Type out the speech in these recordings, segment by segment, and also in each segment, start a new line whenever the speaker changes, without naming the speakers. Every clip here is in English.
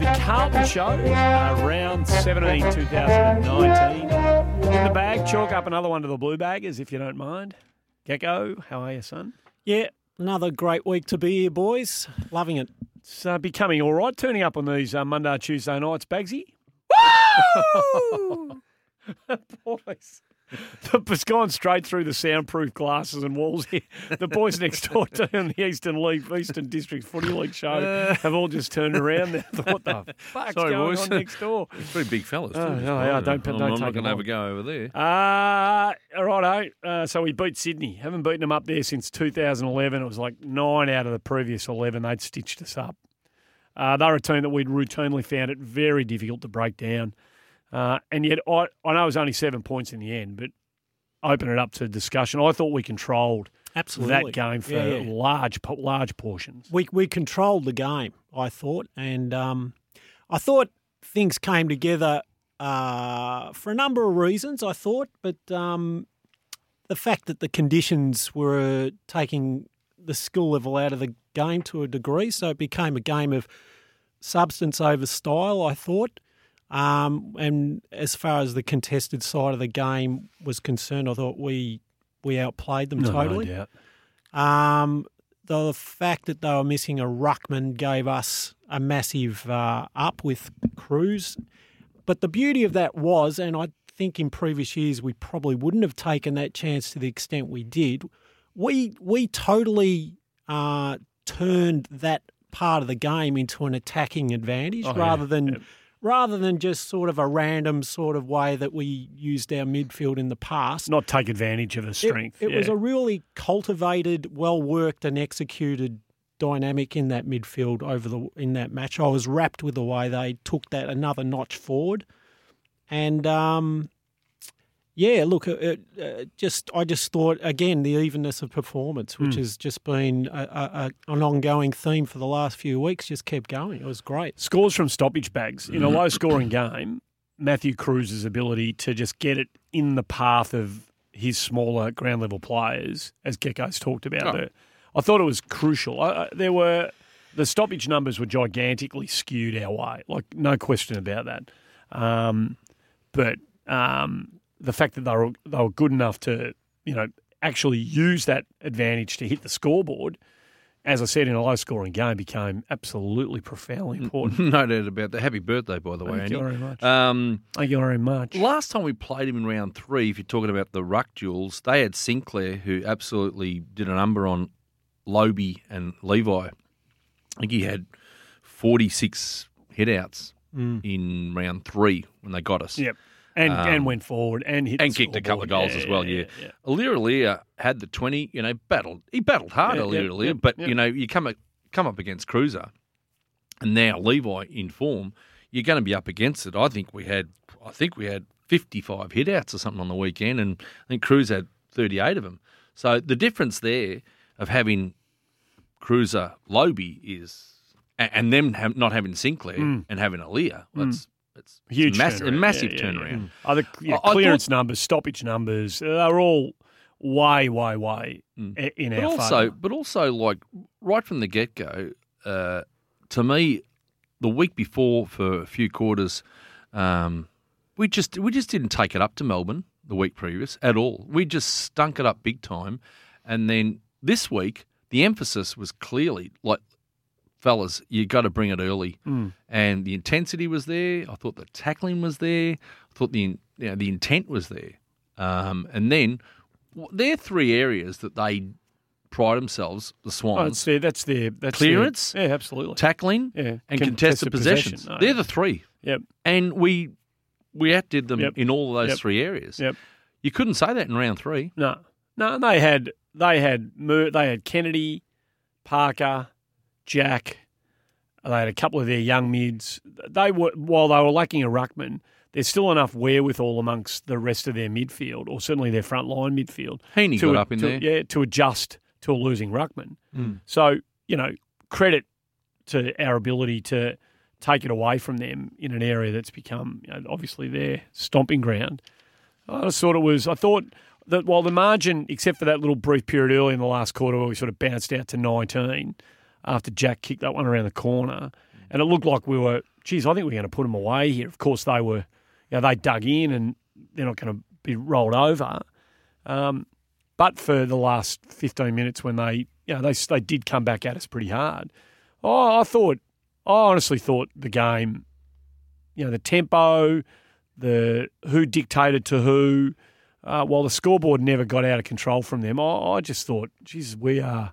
Morning Show, uh, round 17, 2019. In the bag, chalk up another one to the blue baggers, if you don't mind. Gecko, how are you, son?
Yeah, another great week to be here, boys. Loving it.
It's uh, becoming all right, turning up on these uh, Monday, Tuesday nights, Bagsy. boys. The, it's gone straight through the soundproof glasses and walls here. The boys next door to in the Eastern League, Eastern District Footy League show have all just turned around. They thought, what the Uh. fuck's
Sorry,
going
boys.
on next door?
Pretty big fellas.
Oh,
too.
no, they are. Don't-
I'm,
don't
I'm
take
not going
them
to have
on.
a go over there.
Uh, righto. Uh, so we beat Sydney. Haven't beaten them up there since 2011. It was like nine out of the previous 11. They'd stitched us up. Uh, they're a team that we'd routinely found it very difficult to break down. Uh, and yet, I, I know it was only seven points in the end, but open it up to discussion. I thought we controlled
Absolutely.
that game for
Yeah, yeah.
large po- large portions.
We we controlled the game, I thought, and um, I thought things came together uh, for a number of reasons. I thought, but um, the fact that the conditions were taking the skill level out of the game to a degree, so it became a game of substance over style. I thought. Um, and as far as the contested side of the game was concerned, I thought we we outplayed them totally.
doubt.
Um, the fact that they were missing a ruckman gave us a massive uh, up with Cruz. But the beauty of that was, and I think in previous years we probably wouldn't have taken that chance to the extent we did. We we totally uh, turned that part of the game into an attacking advantage
Oh, yeah.
rather than
Yep.
rather than just sort of a random sort of way that we used our midfield in the past.
Not take advantage of a
It-
strength.
It, was
yeah.
a really cultivated, well worked, and executed dynamic in that midfield over the in that match. I was rapt with the way they took that another notch forward, and um, yeah, look, it, it, uh, just I just thought again the evenness of performance,
Hmm.
which has just been a, a, a, an ongoing theme for the last few weeks, just kept going. It was great.
Scores from stoppage bags in a
Mm-hmm.
low scoring game. Matthew Cruz's ability to just get it in the path of his smaller ground level players, as Gecko's talked about.
Oh.
it. I thought it was crucial. I, I, there were the stoppage numbers were gigantically skewed our way, like no question about that. Um, but um, the fact that they were they were good enough to you know actually use that advantage to hit the scoreboard, as I said in a low scoring game, became absolutely profoundly important.
no doubt about that. Happy birthday, by the
Mm.
way,
Thank you
Andy.
very much.
Um,
Thank you very much.
last time we played him in round three, if you're talking about the ruck duels, they had Sinclair who absolutely did a number on Lobe and Levi. I think he had 46 headouts in round three when they got us.
Yep. And
Um,
and went forward and hit
and
the
kicked a couple of
scoreboard.
goals as well. Yeah, Alir Alir had the twenty. You know, battled. He battled hard,
Yeah,
Alir
yeah,
Alir.
yeah,
but
yeah.
you know, you come a- come up against Cruiser, and now Levi in form. You're going to be up against it. I think we had. I think we had 55 hitouts or something on the weekend, and I think Cruz had 38 of them. So the difference there of having Cruiser Lobe is, a- and them ha- not having Sinclair and having Alia. That's that's
Mm. Huge
mass- a
turnaround.
massive
Yeah, yeah, yeah.
turnaround.
Oh, the yeah,
I- I
clearance numbers, stoppage numbers, uh, they're all way, way, way i- in
Mm. but
our
also,
favour.
but also, like right from the get go, uh, to me, the week before for a few quarters, um, we just we just didn't take it up to Melbourne the week previous at all. We just stunk it up big time, and then this week the emphasis was clearly like, fellas, you got to bring it early,
Hmm.
and the intensity was there. I thought the tackling was there. I thought the in- you know, the intent was there, um, and then. w- There are three areas that they pride themselves, the
Oh, that's
Swans,
their, that's their that's their-
Clearance?
yeah, absolutely.
tackling,
Yeah,
and
contested
contested,
possession.
possessions.
Oh,
They're
yeah.
the three,
Yep,
and we we outdid them
Yep.
in all of those
Yep.
three areas.
yep.
You couldn't say that in round three.
No, no. and They had they had Mur- they had Kennedy, Parker, Jack. They had a couple of their young mids. They were while they were lacking a ruckman, there's still enough wherewithal amongst the rest of their midfield, or certainly their front line midfield.
Heaney
to
got up in
to-
there. Hmm.
yeah, to adjust to a losing ruckman. So you know, credit to our ability to take it away from them in an area that's become you know, obviously their stomping ground. I just thought it was. I thought that while the margin, except for that little brief period early in the last quarter where we sort of bounced out to 19 after Jack kicked that one around the corner, and it looked like we were. Geez, I think we're going to put them away here. Of course, they were. You know, they dug in, and they're not going to be rolled over. Um, but for the last fifteen minutes, when they, you know, they they did come back at us pretty hard. Oh, I thought, I honestly thought the game, you know, the tempo, the who dictated to who. Uh, while the scoreboard never got out of control from them, I, I just thought, geez, we are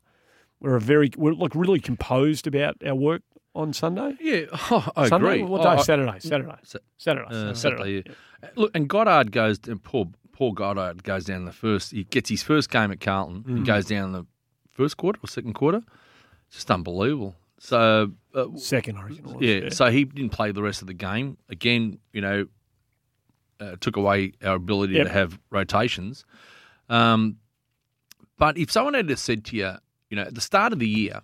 we're a very we're like really composed about our work on Sunday.
Yeah, I
Sunday?
agree.
What
I-
day?
I-
Saturday. Saturday.
Sa-
Saturday. Saturday.
Uh, Saturday. yeah. Look, and Goddard goes and poor poor Goddard goes down in the first. He gets his first game at Carlton. He goes down in the first quarter or second quarter. Just unbelievable. So uh,
Second, I reckon. it was,
yeah, so he didn't play the rest of the game. Again, you know, uh, took away our ability
Yep.
to have rotations. Um, but if someone had just said to you, you know, at the start of the year,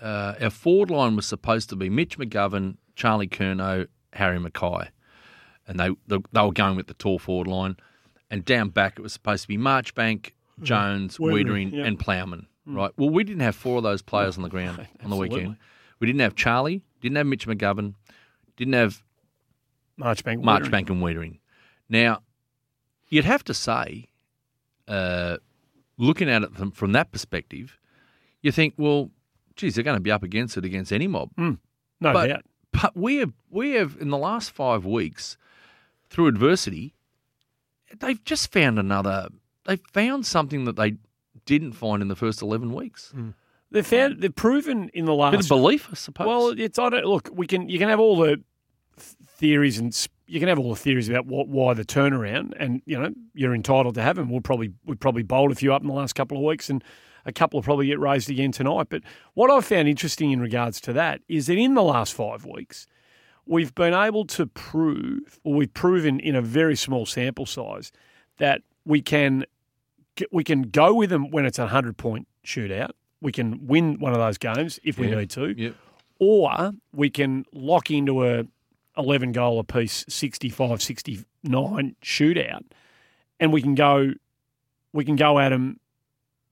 uh, our forward line was supposed to be Mitch McGovern, Charlie Curnow, Harry Mackay, and they they, they were going with the tall forward line. And down back, it was supposed to be Marchbank, Jones,
Wiedering,
Wiedering,
Mm-hmm. yeah. Mm.
and Plowman. Right. Well, we didn't have four of those players on the ground on the
Absolutely.
weekend. We didn't have Charlie, didn't have Mitch McGovern, didn't have
Marchbank. Wiedering.
Marchbank and Wiedering. Now, you'd have to say, uh, looking at it from, from that perspective, you think, well, geez, they're going to be up against it against any mob.
No
but-
doubt.
But we have, we have in the last five weeks, through adversity, they've just found another. They've found something that they didn't find in the first eleven weeks.
Mm. They found they've proven in the
Bit of
last.
belief, I suppose.
Well, it's I don't look. We can you can have all the th- theories and s- you can have all the theories about what why the turnaround, and you know you're entitled to have them. We'll probably we probably bowled a few up in the last couple of weeks, and a couple will probably get raised again tonight. But what I found interesting in regards to that is that in the last five weeks, we've been able to prove, or we've proven in a very small sample size, that we can we can go with them when it's a hundred point shootout. We can win one of those games if we
Yeah.
need to
Yep.
or we can lock into a 11 goal apiece 65 69 shootout and we can go we can go at them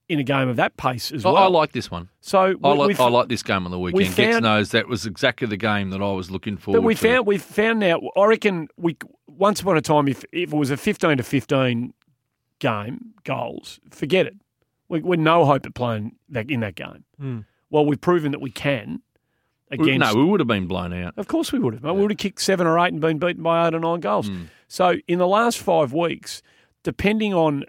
in a game of that pace as
I,
well
I like this one.
so
I
we-
like,
we've-
I like this game on the weekend. Gets
found-
knows that was exactly the game that I was looking for.
but we found we found out I reckon we once upon a time if, if it was a 15 to 15 game goals forget it we, we're no hope at playing that in that game
Mm.
well we've proven that we can against
no, Hmm. we would have been blown out.
Of course we would have. mate. We would have kicked seven or eight and been beaten by eight or nine goals.
Hmm.
So in the last five weeks, depending on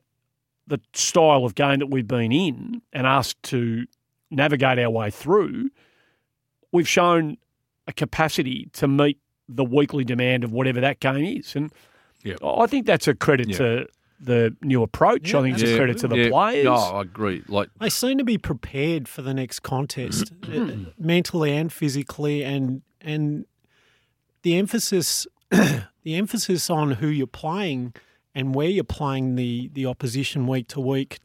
the style of game that we've been in and asked to navigate our way through, we've shown a capacity to meet the weekly demand of whatever that game is. And
Yep.
I I think that's a credit
Yeah.
to the new approach. I think it's a credit to the
yeah.
players.
No, I agree. Like
They seem to be prepared for the next contest, uh, mentally and physically, and and the emphasis the emphasis on who you're playing and where you're playing the the opposition week to week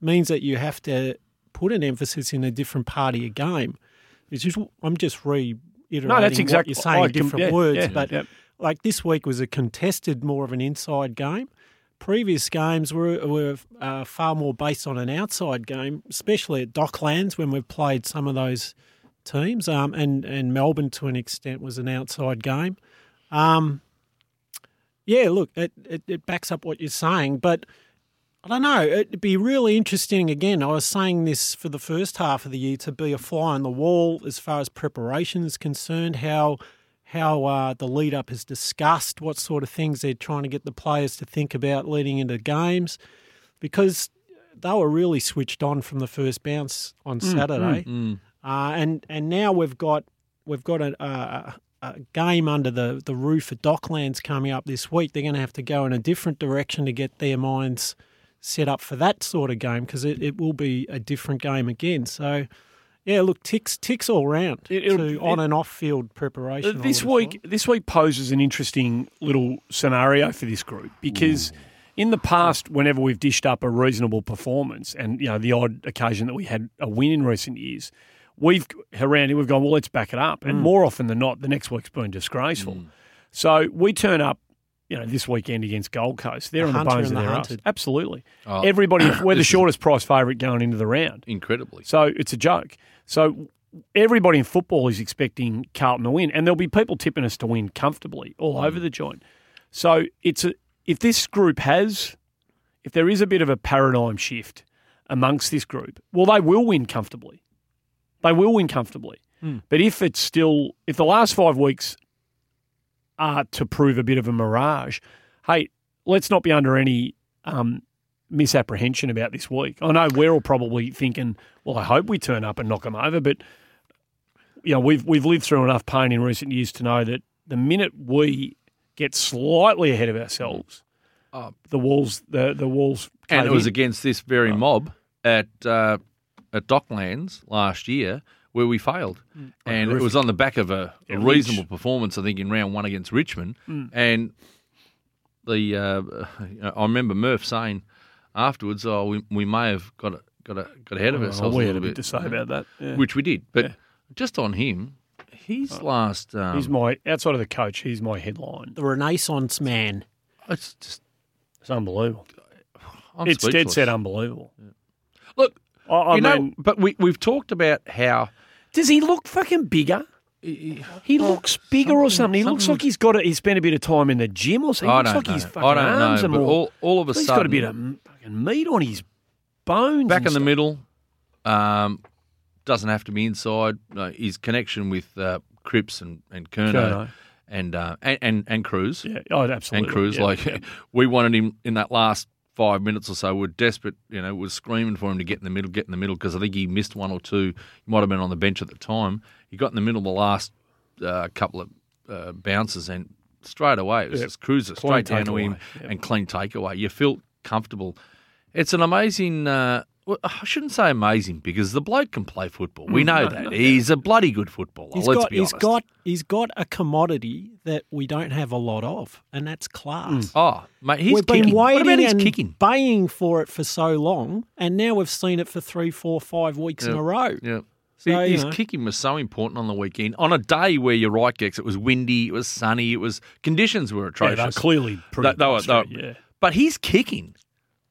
means that you have to put an emphasis in a different part of your game. It's just I'm just reiterating
No, that's
what
exactly
you're saying,
I
in
can-
different
yeah,
words,
yeah,
but
yeah.
like this week was a contested, more of an inside game. Previous games were were uh, far more based on an outside game, especially at Docklands when we've played some of those teams, um, and and Melbourne to an extent was an outside game. Um, yeah, look, it, it it backs up what you're saying, but I don't know. It'd be really interesting. Again, I was saying this for the first half of the year to be a fly on the wall as far as preparation is concerned. How how uh, the lead up is discussed, what sort of things they're trying to get the players to think about leading into games, because they were really switched on from the first bounce on
Mm,
Saturday, Uh, and and now we've got we've got a, a, a game under the the roof at Docklands coming up this week. They're going to have to go in a different direction to get their minds set up for that sort of game because it, it will be a different game again. So. Yeah, look, ticks ticks all round
It- it'll-
to on and off field preparation. I
This
would have
week, this week poses an interesting little scenario for this group because
Mm.
in the past, whenever we've dished up a reasonable performance, and you know the odd occasion that we had a win in recent years, we've around here we've gone well, let's back it up,
Mm.
and more often than not, the next week's been disgraceful. So we turn up. You know, this weekend against Gold Coast, they're
The
on the
hunter
bones
and
of
the
their ass.
hunted.
Absolutely,
Oh,
everybody. We're the
this is-
shortest price favourite going into the round.
incredibly.
So it's a joke. So everybody in football is expecting Carlton to win, and there'll be people tipping us to win comfortably all over the joint. So it's a, if this group has, if there is a bit of a paradigm shift amongst this group, well, they will win comfortably. They will win comfortably. But if it's still, if the last five weeks are to prove a bit of a mirage, hey, let's not be under any um, misapprehension about this week. I know we're all probably thinking, well, I hope we turn up and knock them over, but you know we've we've lived through enough pain in recent years to know that the minute we get slightly ahead of ourselves,
Oh.
the walls the the walls
and
cave
it was
in.
against this very mob at uh, at Docklands last year where we failed,
Hmm.
and it was on the back of a, a
Lynch.
reasonable performance, I think, in round one against Richmond,
Hmm.
and the uh, I remember Murph saying afterwards, "Oh, we, we may have got a, got a, got ahead of
Oh,
ourselves
we
a
had
little
a bit
bit,"
to say about that. Yeah. Uh,
which we did, but just on him, his last um,
He's my outside of the coach. He's my headline.
The Renaissance man.
it's just
It's unbelievable.
I'm
it's dead
speechless.
set unbelievable.
Look,
I, I
you
mean,
know, but we we've talked about how.
does he look fucking bigger? He
oh,
looks bigger or something. He looks like he's got. A, he spent a bit of time in the gym or something. He
I
looks
don't
like
know.
his fucking
I don't
arms
know.
are
But
more.
all, all of a
he's
sudden,
got a bit of m- fucking meat on his bones.
back
and
in the
stuff.
middle. Um, doesn't have to be inside. No, his connection with uh, Cripps and and Kerno,
Curnow.
and uh, and and, and Cruz
Yeah, oh, absolutely.
and Cruz.
yeah.
Like we wanted him in that last five minutes or so. We're desperate. You know, we're screaming for him to get in the middle, get in the middle, because I think he missed one or two. He might have been on the bench at the time. He got in the middle the last uh, couple of uh, bounces and. Straight away, it was just Cruiser
Clean
straight down to him
takeaway,
and clean takeaway. You feel comfortable. It's an amazing. Uh, well, I shouldn't say amazing because the bloke can play football.
Mm,
We know that he's a bloody good footballer.
He's
let's
got,
be
he's
honest.
got he's got a commodity that we don't have a lot of, and that's class.
oh, mate, he's
we've
kicking.
been waiting
what about his
and
kicking?
baying for it for so long, and now we've seen it for three, four, five weeks in
Yeah.
a row.
Yeah.
So,
His-
you
His
know.
kicking was so important on the weekend. On a day where you're right, Gex, it was windy, it was sunny, it was conditions were
yeah,
atrocious.
they're clearly pretty.
They- they were- they were-
yeah.
But his kicking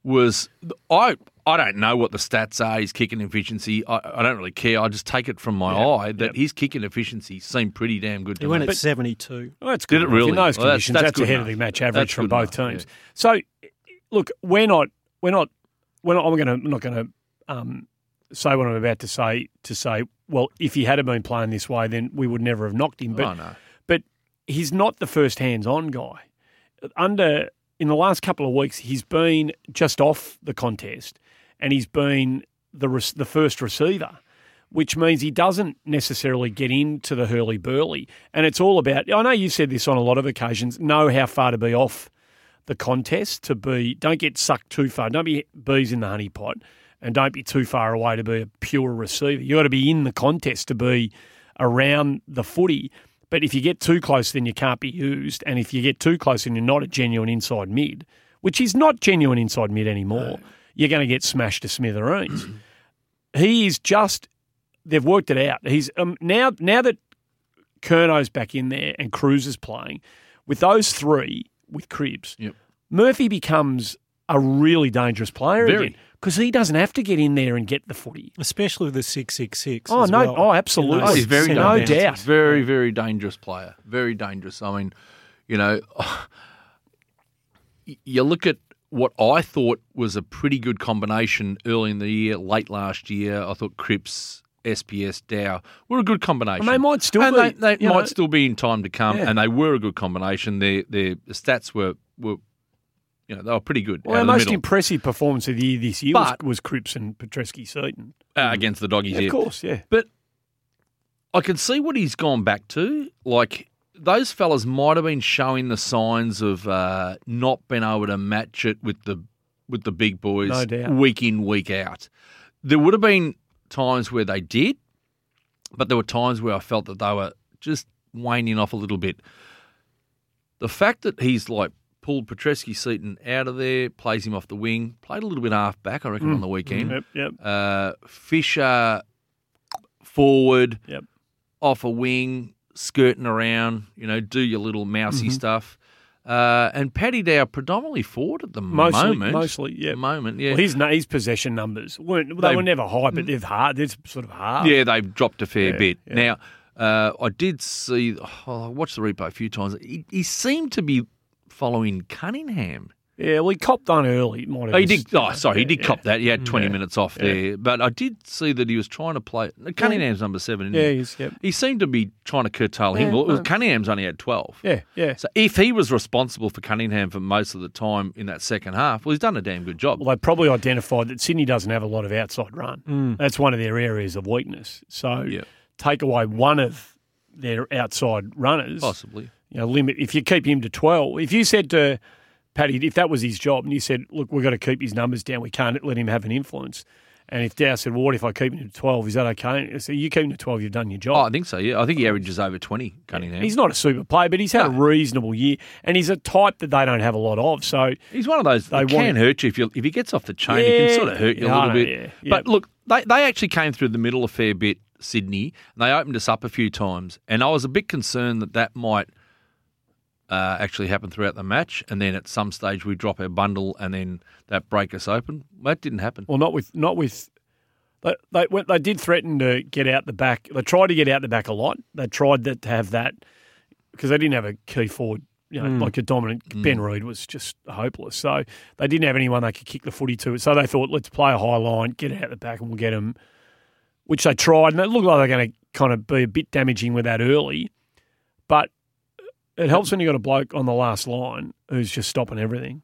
was I I don't know what the stats are. His kicking efficiency, I, I don't really care. I just take it from my eye that his kicking efficiency seemed pretty damn good.
He
To
went
me.
at 72.
Well, that's
Did
good.
it
enough.
really?
In those
Well, that's-
conditions,
that's
that's,
good
ahead
enough.
of the match average
That's
from
good
both
enough,
teams. So, look, we're not, we're not, we're not. I'm going to, not going to um, say what I'm about to say. To say, well, if he had have been playing this way, then we would never have knocked him. But
oh no,
but he's not the first hands-on guy. Under in the last couple of weeks, he's been just off the contest, and he's been the re- the first receiver, which means he doesn't necessarily get into the hurly burly. And it's all about. I know you said this on a lot of occasions. Know how far to be off the contest to be. Don't get sucked too far. Don't be bees in the honey pot, and don't be too far away to be a pure receiver. You got to be in the contest to be around the footy. But if you get too close, then you can't be used. And if you get too close and you're not a genuine inside mid, which is not genuine inside mid anymore, you're going to get smashed to smithereens. he is just. They've worked it out. He's um, now now that Kerno's back in there and Cruz is playing with those three with Cribs.
Yep.
Murphy becomes a really dangerous player
Very.
because he doesn't have to get in there and get the footy.
Especially the 666.
Oh
as
no!
well.
Oh, absolutely.
You know,
he's very
no
dangerous.
doubt.
very very dangerous player, very dangerous. I mean, you know, y- you look at what I thought was a pretty good combination early in the year, late last year. I thought Cripps, SPS, Dow were a good combination.
And they might still
and
be,
They, they
you
might
know.
still be in time to come,
Yeah.
and they were a good combination. Their their stats were were. You know, they were pretty good
Well,
out
our
of the
most
middle,
impressive performance of the year this year
But-
was, was Cripps and Petreski Seaton.
uh, against the doggies.
of
here.
course, yeah.
But I can see what he's gone back to. Like those fellas might have been showing the signs of uh, not being able to match it with the with the big boys
No doubt.
week in week out. There would have been times where they did, but there were times where I felt that they were just waning off a little bit. The fact that he's like pulled Petreski Seaton out of there, plays him off the wing, played a little bit half back, I reckon,
Mm.
on the weekend.
Yep, yep,
Uh, Fisher forward,
yep. Mm-hmm.
off a wing, skirting around, you know, do your little mousy stuff. Uh, and Paddy Dow predominantly forward at the
Mostly,
moment.
mostly, yeah.
Moment, yeah.
Well, his, na- his possession numbers weren't they,
They- Mm.
were never high, but they've hard. They're sort of hard.
Yeah, they've dropped a fair
Yeah,
bit.
yeah.
Now, uh, I did see, oh, I watched the replay a few times. He, he seemed to be following Cunningham.
yeah. Well, he copped on early. Might have
Oh, he
just-
did. Oh, sorry, he did
yeah.
cop that. He had 20
Yeah.
minutes off there. But I did see that he was trying to play. Cunningham's number seven. isn't
Yeah,
he?
he's yep.
He seemed to be trying to curtail him.
Yeah,
Well, it was-
no.
Cunningham's only had 12.
Yeah, yeah.
So if he was responsible for Cunningham for most of the time in that second half, well, he's done a damn good job.
Well, they probably identified that Sydney doesn't have a lot of outside run. That's one of their areas of weakness. So
Mm. Yeah.
take away one of their outside runners.
Possibly.
you know, limit. If you keep him to 12, if you said to Paddy, if that was his job, and you said, look, we've got to keep his numbers down, we can't let him have an influence. And if Dow said, well, what if I keep him to 12? Is that okay? And I said, you keep him to 12, you've done your
Oh, I
job.
think so, yeah. I think he averages over 20, Cunningham.
he's not a super player, but he's had a reasonable year. And he's a type that they don't have a lot of. So,
He's one of those
They
that can
want-
hurt you if you if he gets off the chain. He
Yeah.
can sort of hurt you
Yeah,
a
I
little
know,
bit.
yeah, yeah.
But look, they they actually came through the middle a fair bit, Sydney, and they opened us up a few times. And I was a bit concerned that that might uh, actually happen throughout the match. And then at some stage we drop our bundle, and then that break us open. That didn't happen.
well, not with, not with, they, they, went, they did threaten to get out the back. They tried to get out the back a lot. They tried that, to have that because they didn't have a key forward, you know, like a dominant. Ben Reed was just hopeless. So they didn't have anyone they could kick the footy to. So they thought, let's play a high line, get it out the back, and we'll get them. Which they tried, and it looked like they're going to kind of be a bit damaging with that early. But it helps when you got a bloke on the last line who's just stopping everything.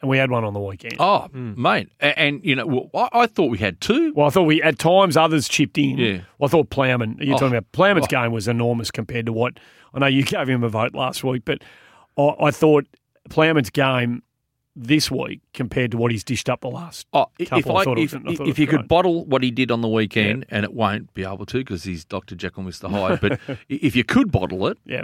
And we had one on the weekend.
Oh,
hmm.
mate, A- and, you know, well, I, I thought we had two.
Well, I thought we at times others chipped in.
Yeah.
Well, I thought Plowman. You're
Oh.
talking about Plowman's game was enormous compared to what I know. You gave him a vote last week, but I, I thought Plowman's game this week compared to what he's dished up the last.
Oh, if
Couple, I
I,
thought it
if,
was- I thought it
if
was
you
great.
could bottle what he did on the weekend, and it won't be able to because he's Dr. Jekyll, and Mr. Hyde, but i- if you could bottle it,
Yeah,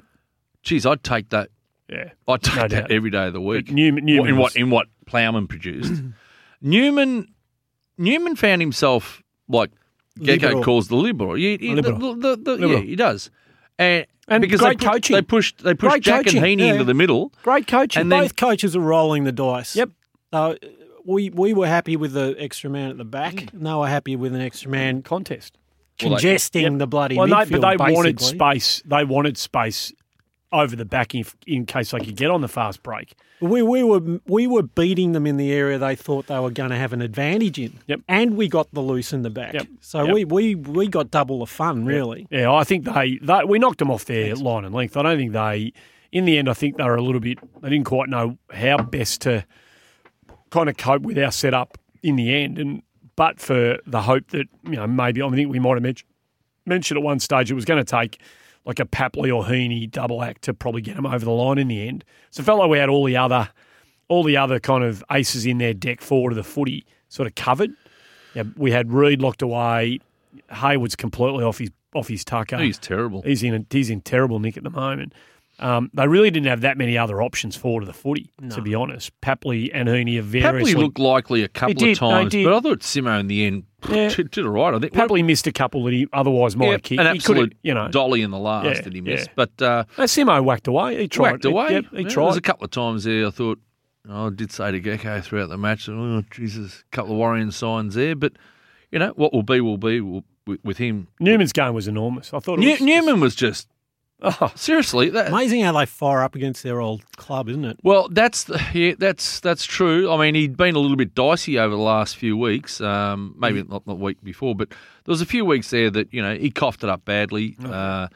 Geez, I'd take that.
yeah.
I'd take
No
that
doubt.
every day of the week.
But Newman- Newman
in
was-
what in what Plowman produced, Newman Newman found himself like Gecko
Liberal.
calls the liberal. Yeah, he,
Liberal.
The, the, the,
Liberal.
Yeah, he does. And,
And
because
great
they pushed,
coaching.
they pushed they pushed
Great
Jack
coaching,
and Heaney
yeah.
into the middle.
Great coaching.
And then-
Both coaches are rolling the dice.
Yep.
So uh, we we were happy with the extra man at the back. and They were happy with an extra man
contest.
Well, Mm. they-
congesting the bloody
Well,
midfield.
they, but they wanted
basically.
space. They wanted space over the back if, in case they could get on the fast break.
We we were we were beating them in the area they thought they were going to have an advantage in.
Yep.
And we got the loose in the back.
Yep.
So
Yep.
we we we got double the fun really.
Yeah, I think they, they we knocked them off their line and length. I don't think they, in the end, I think they were a little bit. They didn't quite know how best to kind of cope with our setup in the end. And but for the hope that you know maybe I think we might have mentioned mentioned at one stage it was going to take like a Papley or Heaney double act to probably get them over the line in the end. So it felt like we had all the other all the other kind of aces in their deck forward of the footy sort of covered. Yeah, we had Reed locked away. Hayward's completely off his off his tucker.
He's terrible.
He's in a, he's in terrible nick at the moment. Um, they really didn't have that many other options forward of the footy, to be honest. Papley and Heaney are
Papley
variously.
looked likely a couple
did,
of
no, he
times,
did.
but I thought Simo in the end
Yeah.
did, did all right. I think
Papley missed a couple that he otherwise might
yeah,
have kicked.
an
He could've,
absolute
you know.
dolly in the last
Yeah,
that he missed,
yeah.
but. Uh,
No, Simo whacked away. He tried.
whacked away.
He, yep, he
Yeah, There
tried.
was a couple of times there I thought, oh, I did say to Gecko throughout the match, oh, Jesus, a couple of worrying signs there. But, you know, what will be will be will, with, with him.
Newman's game was enormous. I thought it
New,
was,
Newman was just,
Oh,
seriously. That,
Amazing how they fire up against their old club, isn't it?
well, that's the- yeah, that's that's true. I mean, he'd been a little bit dicey over the last few weeks, um, maybe not the week before, but there was a few weeks there that you know he coughed it up badly. Uh,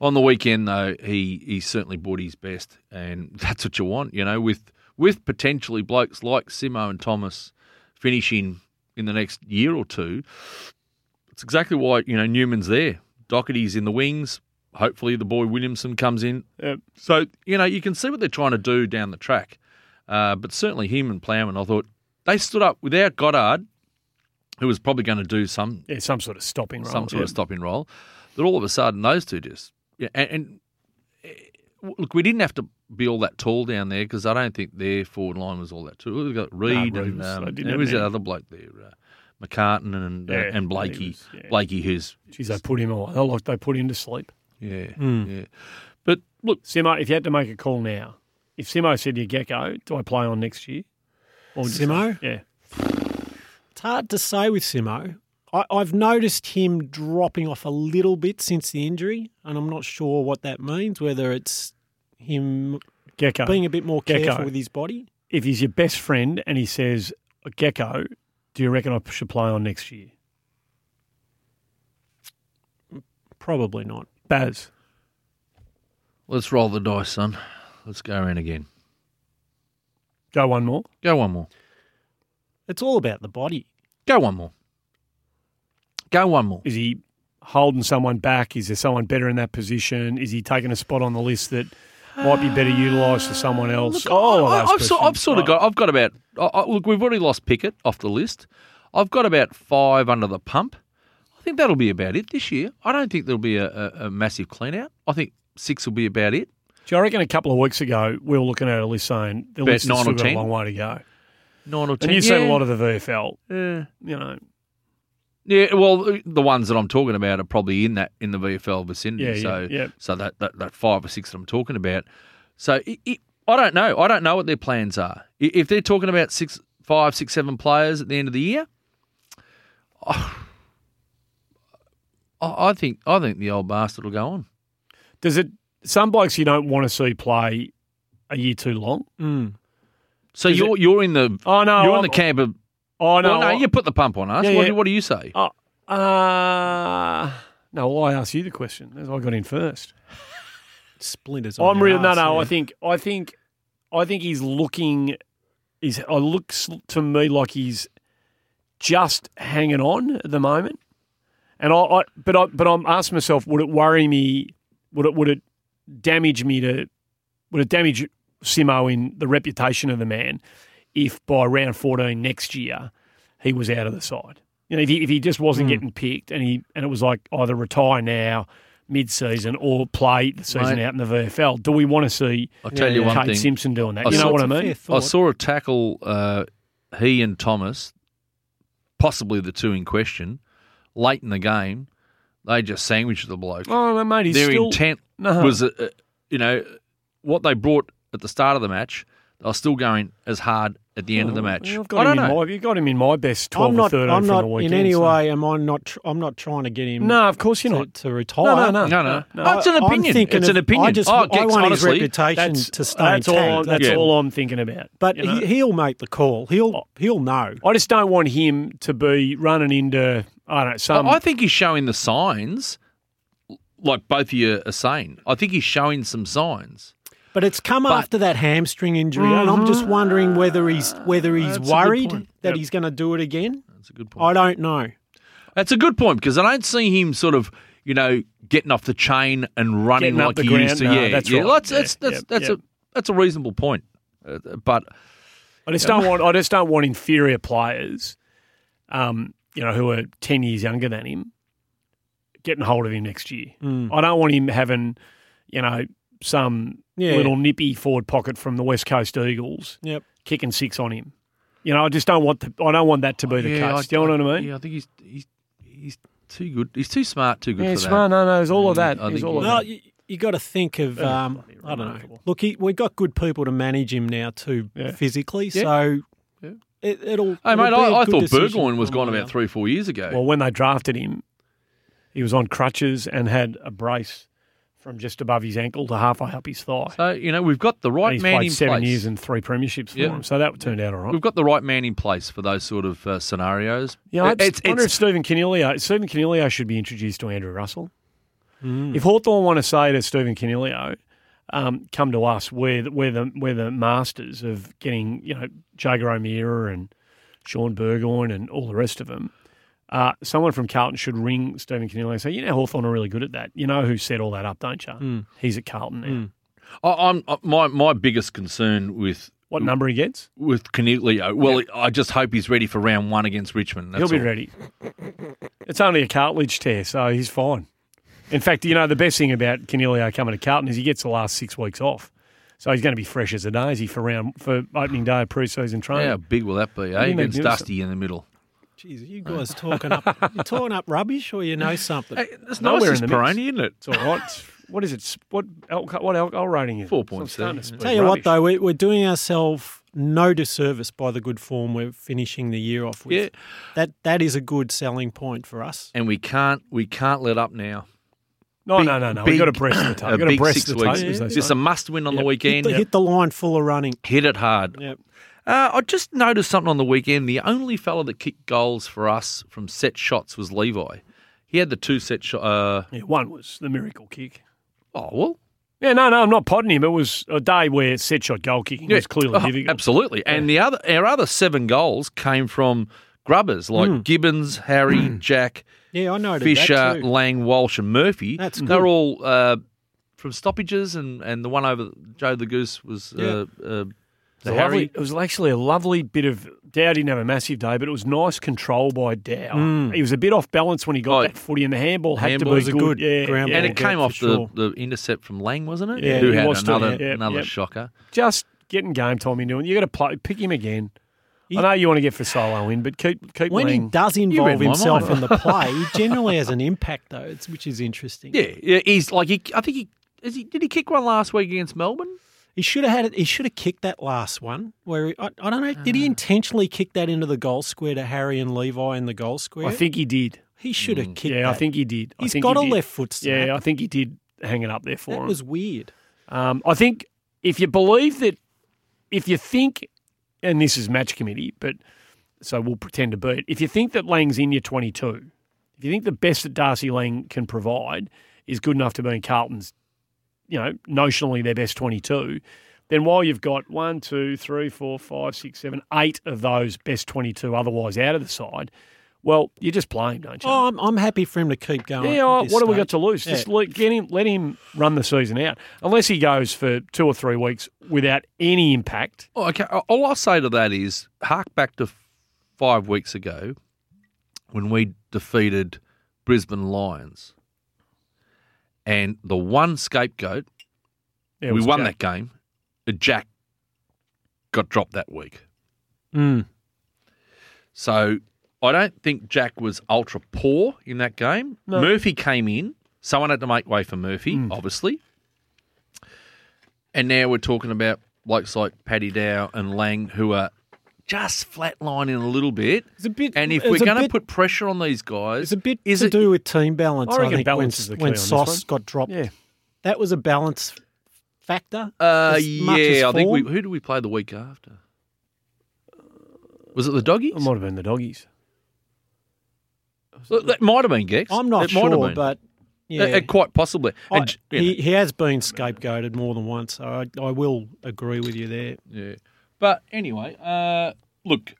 on the weekend, though, he he certainly brought his best, and that's what you want, you know, with with potentially blokes like Simo and Thomas finishing in the next year or two. It's exactly why you know Newman's there. Doherty's in the wings. Hopefully, the boy Williamson comes in
yeah.
so you know you can see what they're trying to do down the track, uh, but certainly him and Plowman, I thought they stood up without Goddard, who was probably going to do some
yeah, some sort of stopping role.
some sort of
yeah.
stopping role. That all of a sudden those two just yeah, and, and eh, look, we didn't have to be all that tall down there because I don't think their forward line was all that tall. We got Reed
Reed
and
was-
um,
I didn't
and
have
who was that
any.
other bloke there, uh, McCartan and uh,
Yeah, he
and Blakey,
was- yeah.
Blakey who's
Jeez, they put him away. They like they put him to sleep.
yeah yeah, but look
Simo, if you had to make a call now, If Simo said to you, Gecko, do I play on next year? Or would you
Simo?
say- Yeah.
It's hard to say with Simo. I, I've noticed him dropping off a little bit since the injury, and I'm not sure what that means, whether it's him
Gecko.
being a bit more
Gecko.
careful with his body.
if he's your best friend and he says, Gecko, do you reckon I should play on next year?
Probably not.
Baz.
Let's roll the dice, son. Let's go around again.
Go one more.
Go one more.
It's all about the body.
Go one more. Go one more.
Is he holding someone back? Is there someone better in that position? Is he taking a spot on the list that might be better utilised for someone else? All of
I,
those
have so, I've
Oh, questions.
sort of got. I've got about. I, I, look, we've already lost Pickett off the list. I've got about five under the pump. I think that'll be about it this year. I don't think there'll be a, a, a massive clean out. I think six will be about it.
Do you reckon a couple of weeks ago we were looking at a list saying the
Bet
list has still
nine or
got a
10?
long way to go?
Nine or ten.
And you've
yeah.
seen a lot of the VFL,
Yeah.
you know.
Yeah, well, the ones that I'm talking about are probably in that in the VFL vicinity.
Yeah, yeah,
so,
yeah.
so that, that that five or six that I'm talking about. So it, it, I don't know. I don't know what their plans are. I- If they're talking about six, five, six, seven players at the end of the year, I, I think I think the old bastard will go on.
Does it? Some blokes you don't want to see play a year too long.
So
Is it-
you're you're in the
Oh no,
you're
I'm-
in the camp of.
Oh no,
well, no,
I-
you put the pump on us.
Yeah,
what,
yeah.
Do, what do you say?
Oh, uh, no, well, I asked you the question. That's why I got in first.
Splinters. on
Oh, I'm
your
really no,
arse,
no.
yeah.
I think, I think, I think he's looking. Is I looks to me like he's just hanging on at the moment. And I, I but I, but I'm asking myself, would it worry me? Would it, would it damage me to? Would it damage Simo in the reputation of the man if by round 14 next year he was out of the side? You know, if he, if he just
Hmm.
wasn't getting picked and he and it was like either retire now mid season or play the season
Mate.
out in the VFL, do we want to see
I'll tell you
Kate
one thing.
Simpson doing that?
I
you know
saw-
what I
It's a
mean?
fair
I
thought.
saw a tackle, uh, he and Thomas, possibly the two in question, late in the game. They just sandwiched the bloke.
Oh, no, mate, he's
Their
still
intent
No.
was, uh, uh, you know, what they brought at the start of the match, they were still going as hard at the end of the match.
I've
I
got
don't
him in
know.
my- you've got him in my best 12
I'm not.
or 13
I'm
from
not
the weekend.
in any
so-
way. Am I not? Tr- I'm not trying to get him.
No, of course you're
to,
not.
to retire.
No, no,
No, no.
No,
oh, it's an
I'm
opinion.
thinking
It's an
of-
opinion.
I just
oh,
I
Gex,
want his
honestly,
reputation
That's,
to stay
that's, all,
intact.
that's
Yeah.
all I'm thinking about.
But
you know? Oh.
he, he'll make the call. He'll he'll know.
I just don't want him to be running into I don't know some.
I I think he's showing the signs, like both of you are saying. I think he's showing some signs.
But it's come after that hamstring injury, and I'm just wondering whether he's whether he's
That's a good
worried
point.
that
Yep.
he's going to do it again.
That's a good point.
I don't know.
That's a good point because I don't see him sort of, you know, getting off the chain and running
Getting up
like
the
he
ground.
used to.
No,
yeah,
that's
yeah.
right.
That's
Yeah,
that's that's,
yep,
that's
yep.
a that's a reasonable point. Uh, but
I just don't want. I just don't want inferior players, um, you know, who are ten years younger than him, getting hold of him next year. I don't want him having, you know, some
Yeah.
little nippy forward pocket from the West Coast Eagles
Yep.
kicking six on him. You know, I just don't want. The, I don't want that to be the
yeah,
case. Do you know what I mean?
Yeah, I think he's he's he's too good. He's too smart, too good
Yeah,
for
it's
that. Mm,
fine. No, no, it's all of
I
that.
think
It's all
he-
of
Well,
that.
you, you got to think of um, I don't know.
remarkable.
Look, he, we've got good people to manage him now too,
Yeah.
physically.
Yeah.
So
Yeah.
It, it'll.
Hey,
it'll
mate,
be
I,
a
I
good
thought
decision Oh,
Burgoyne was
one
gone
way or
about
the
three or four years ago.
Oh, Well, when they drafted him, he was on crutches and had a brace from just above his ankle to halfway up his thigh.
so you know we've got the
And
right
he's
man
played
in
seven
place.
years and three premierships for
Yeah.
him, so that turned out all right.
We've got the right man in place for those sort of uh, scenarios.
Yeah, I
It-
just wonder if Stephen Canelio, Stephen Canelio should be introduced to Andrew Russell. If Hawthorn want to say to Stephen Canelio, um, come to us, we're the, we're, the, we're the masters of getting, you know, Jager O'Meara and Sean Burgoyne and all the rest of them. Uh, someone from Carlton should ring Stephen Canelio and say, you know, Hawthorn are really good at that. You know who set all that up, don't you? He's at Carlton now.
I, I'm I, my my biggest concern with
What number he gets,
with Canelio. Well, I just hope he's ready for round one against Richmond. That's
he'll be
all.
ready. It's only a cartilage tear, so he's fine. In fact, you know, the best thing about Canelio coming to Carlton is he gets the last six weeks off. So he's going to be fresh as a daisy for round for opening day of pre-season training.
How big will that be? Eh?
be
Against
magnificent.
Dusty in the middle.
Jeez, you guys talking up? you talking up rubbish, or you know something?
that's
Nowhere nice, in it's the mix.
Pironi,
Pironi,
isn't it?
It's all right. It's What is it? S- What alcohol, what alcohol rating is it?
Four points
So I'm starting
there.
to speak
Tell you
rubbish.
what, though, we, we're doing ourselves no disservice by the good form we're finishing the year off with.
Yeah.
That that is a good selling point for us.
And we can't we can't let up now.
No,
Big-
no, no, no.
big-
We've got to press the tape.
A
We've got to
big
press
six
the
weeks.
tape. as they
It's
say.
just a must win on the
Hit
weekend.
the, hit the line full of running.
Hit it hard.
Yep.
Uh, I just noticed something on the weekend. The only fella that kicked goals for us from set shots was Levi. He had the two set shot. Uh,
Yeah, one was the miracle kick.
oh well,
Yeah, no, no, I'm not potting him. It was a day where set shot goal kicking was clearly
Oh,
difficult.
Absolutely. And the other our other seven goals came from grubbers like
Hmm.
Gibbons, Harry, Jack,
Yeah, I noted that
Fisher,
too.
Lang, Walsh, and Murphy.
That's
They're
good.
all uh, from stoppages, and, and the one over Joe the Goose was uh, uh,
It
the
was a lovely-
Harry.
it was actually a lovely bit of Dow didn't have a massive day, but it was nice control by Dow.
Hmm.
He was a bit off balance when he got
Oh,
that footy, and the handball had
handball
to
was
be
a
good.
good
Yeah,
ground
yeah.
And
ball.
it came
yeah,
off
for
the,
sure.
the intercept from Lang, wasn't it?
Yeah,
Who
it
had
was still-
another
yeah,
another
yeah.
shocker.
just getting game time into it. You got to play, pick him again. I know you want to get for solo in, but keep keep
When he
Lang.
does
read
involve
my
himself in
mind.
the play, he generally has an impact though, it's, which is interesting.
Yeah, yeah, he's like he, I think he, is he did he kick one last week against Melbourne?
He should have had it. He should have kicked that last one. Where he, I, I don't know, did he intentionally kick that into the goal square to Harry and Levi in the goal square?
I think he did.
he should have kicked.
Yeah, I
that.
think he did. I
he's
think
got
he
a
did.
left foot. Snap.
Yeah, I think he did hang it up there for
that
him.
was weird.
Um, I think if you believe that, if you think, and this is match committee, but so we'll pretend to be it. If you think that Lang's in your 22, if you think the best that Darcy Lang can provide is good enough to be in Carlton's, you know, notionally their best 22, then while you've got one, two, three, four, five, six, seven, eight of those best 22 otherwise out of the side, well, you just play him, don't you?
Oh, I'm, I'm happy for him to keep going.
Yeah,
at
what
this
have we got
stage.
to lose?
Yeah.
Just let, get him, let him run the season out, unless he goes for two or three weeks without any impact.
Oh, okay. All I'll say to that is hark back to f- five weeks ago when we defeated Brisbane Lions. And the one scapegoat,
Yeah,
we
it's
won
okay.
that game, uh, Jack got dropped that week.
Mm.
So I don't think Jack was ultra poor in that game.
No.
Murphy came in. Someone had to make way for Murphy,
Mm.
obviously. And now we're talking about blokes like Paddy Dow and Lang who are just flatlining a little bit.
It's a bit.
And if
it's
we're
a
going to
bit-
put pressure on these guys,
it's a bit
is
to
it,
do with team balance.
I
I,
reckon
think when,
balance is the key on
when
this
Sauce
one.
got dropped,
Yeah,
that was a balance factor.
Uh,
as much as
yeah, I think we.
form.
Who do we play the week after? Was it the doggies?
Um,
it might have been the doggies.
Look, that might have been Gex.
I'm not
It might have
sure,
been.
but yeah,
Uh, uh, quite possibly.
I-
And, you know,
he, he has been scapegoated more than once. So I, I will agree with you there.
Yeah. But anyway, uh, look.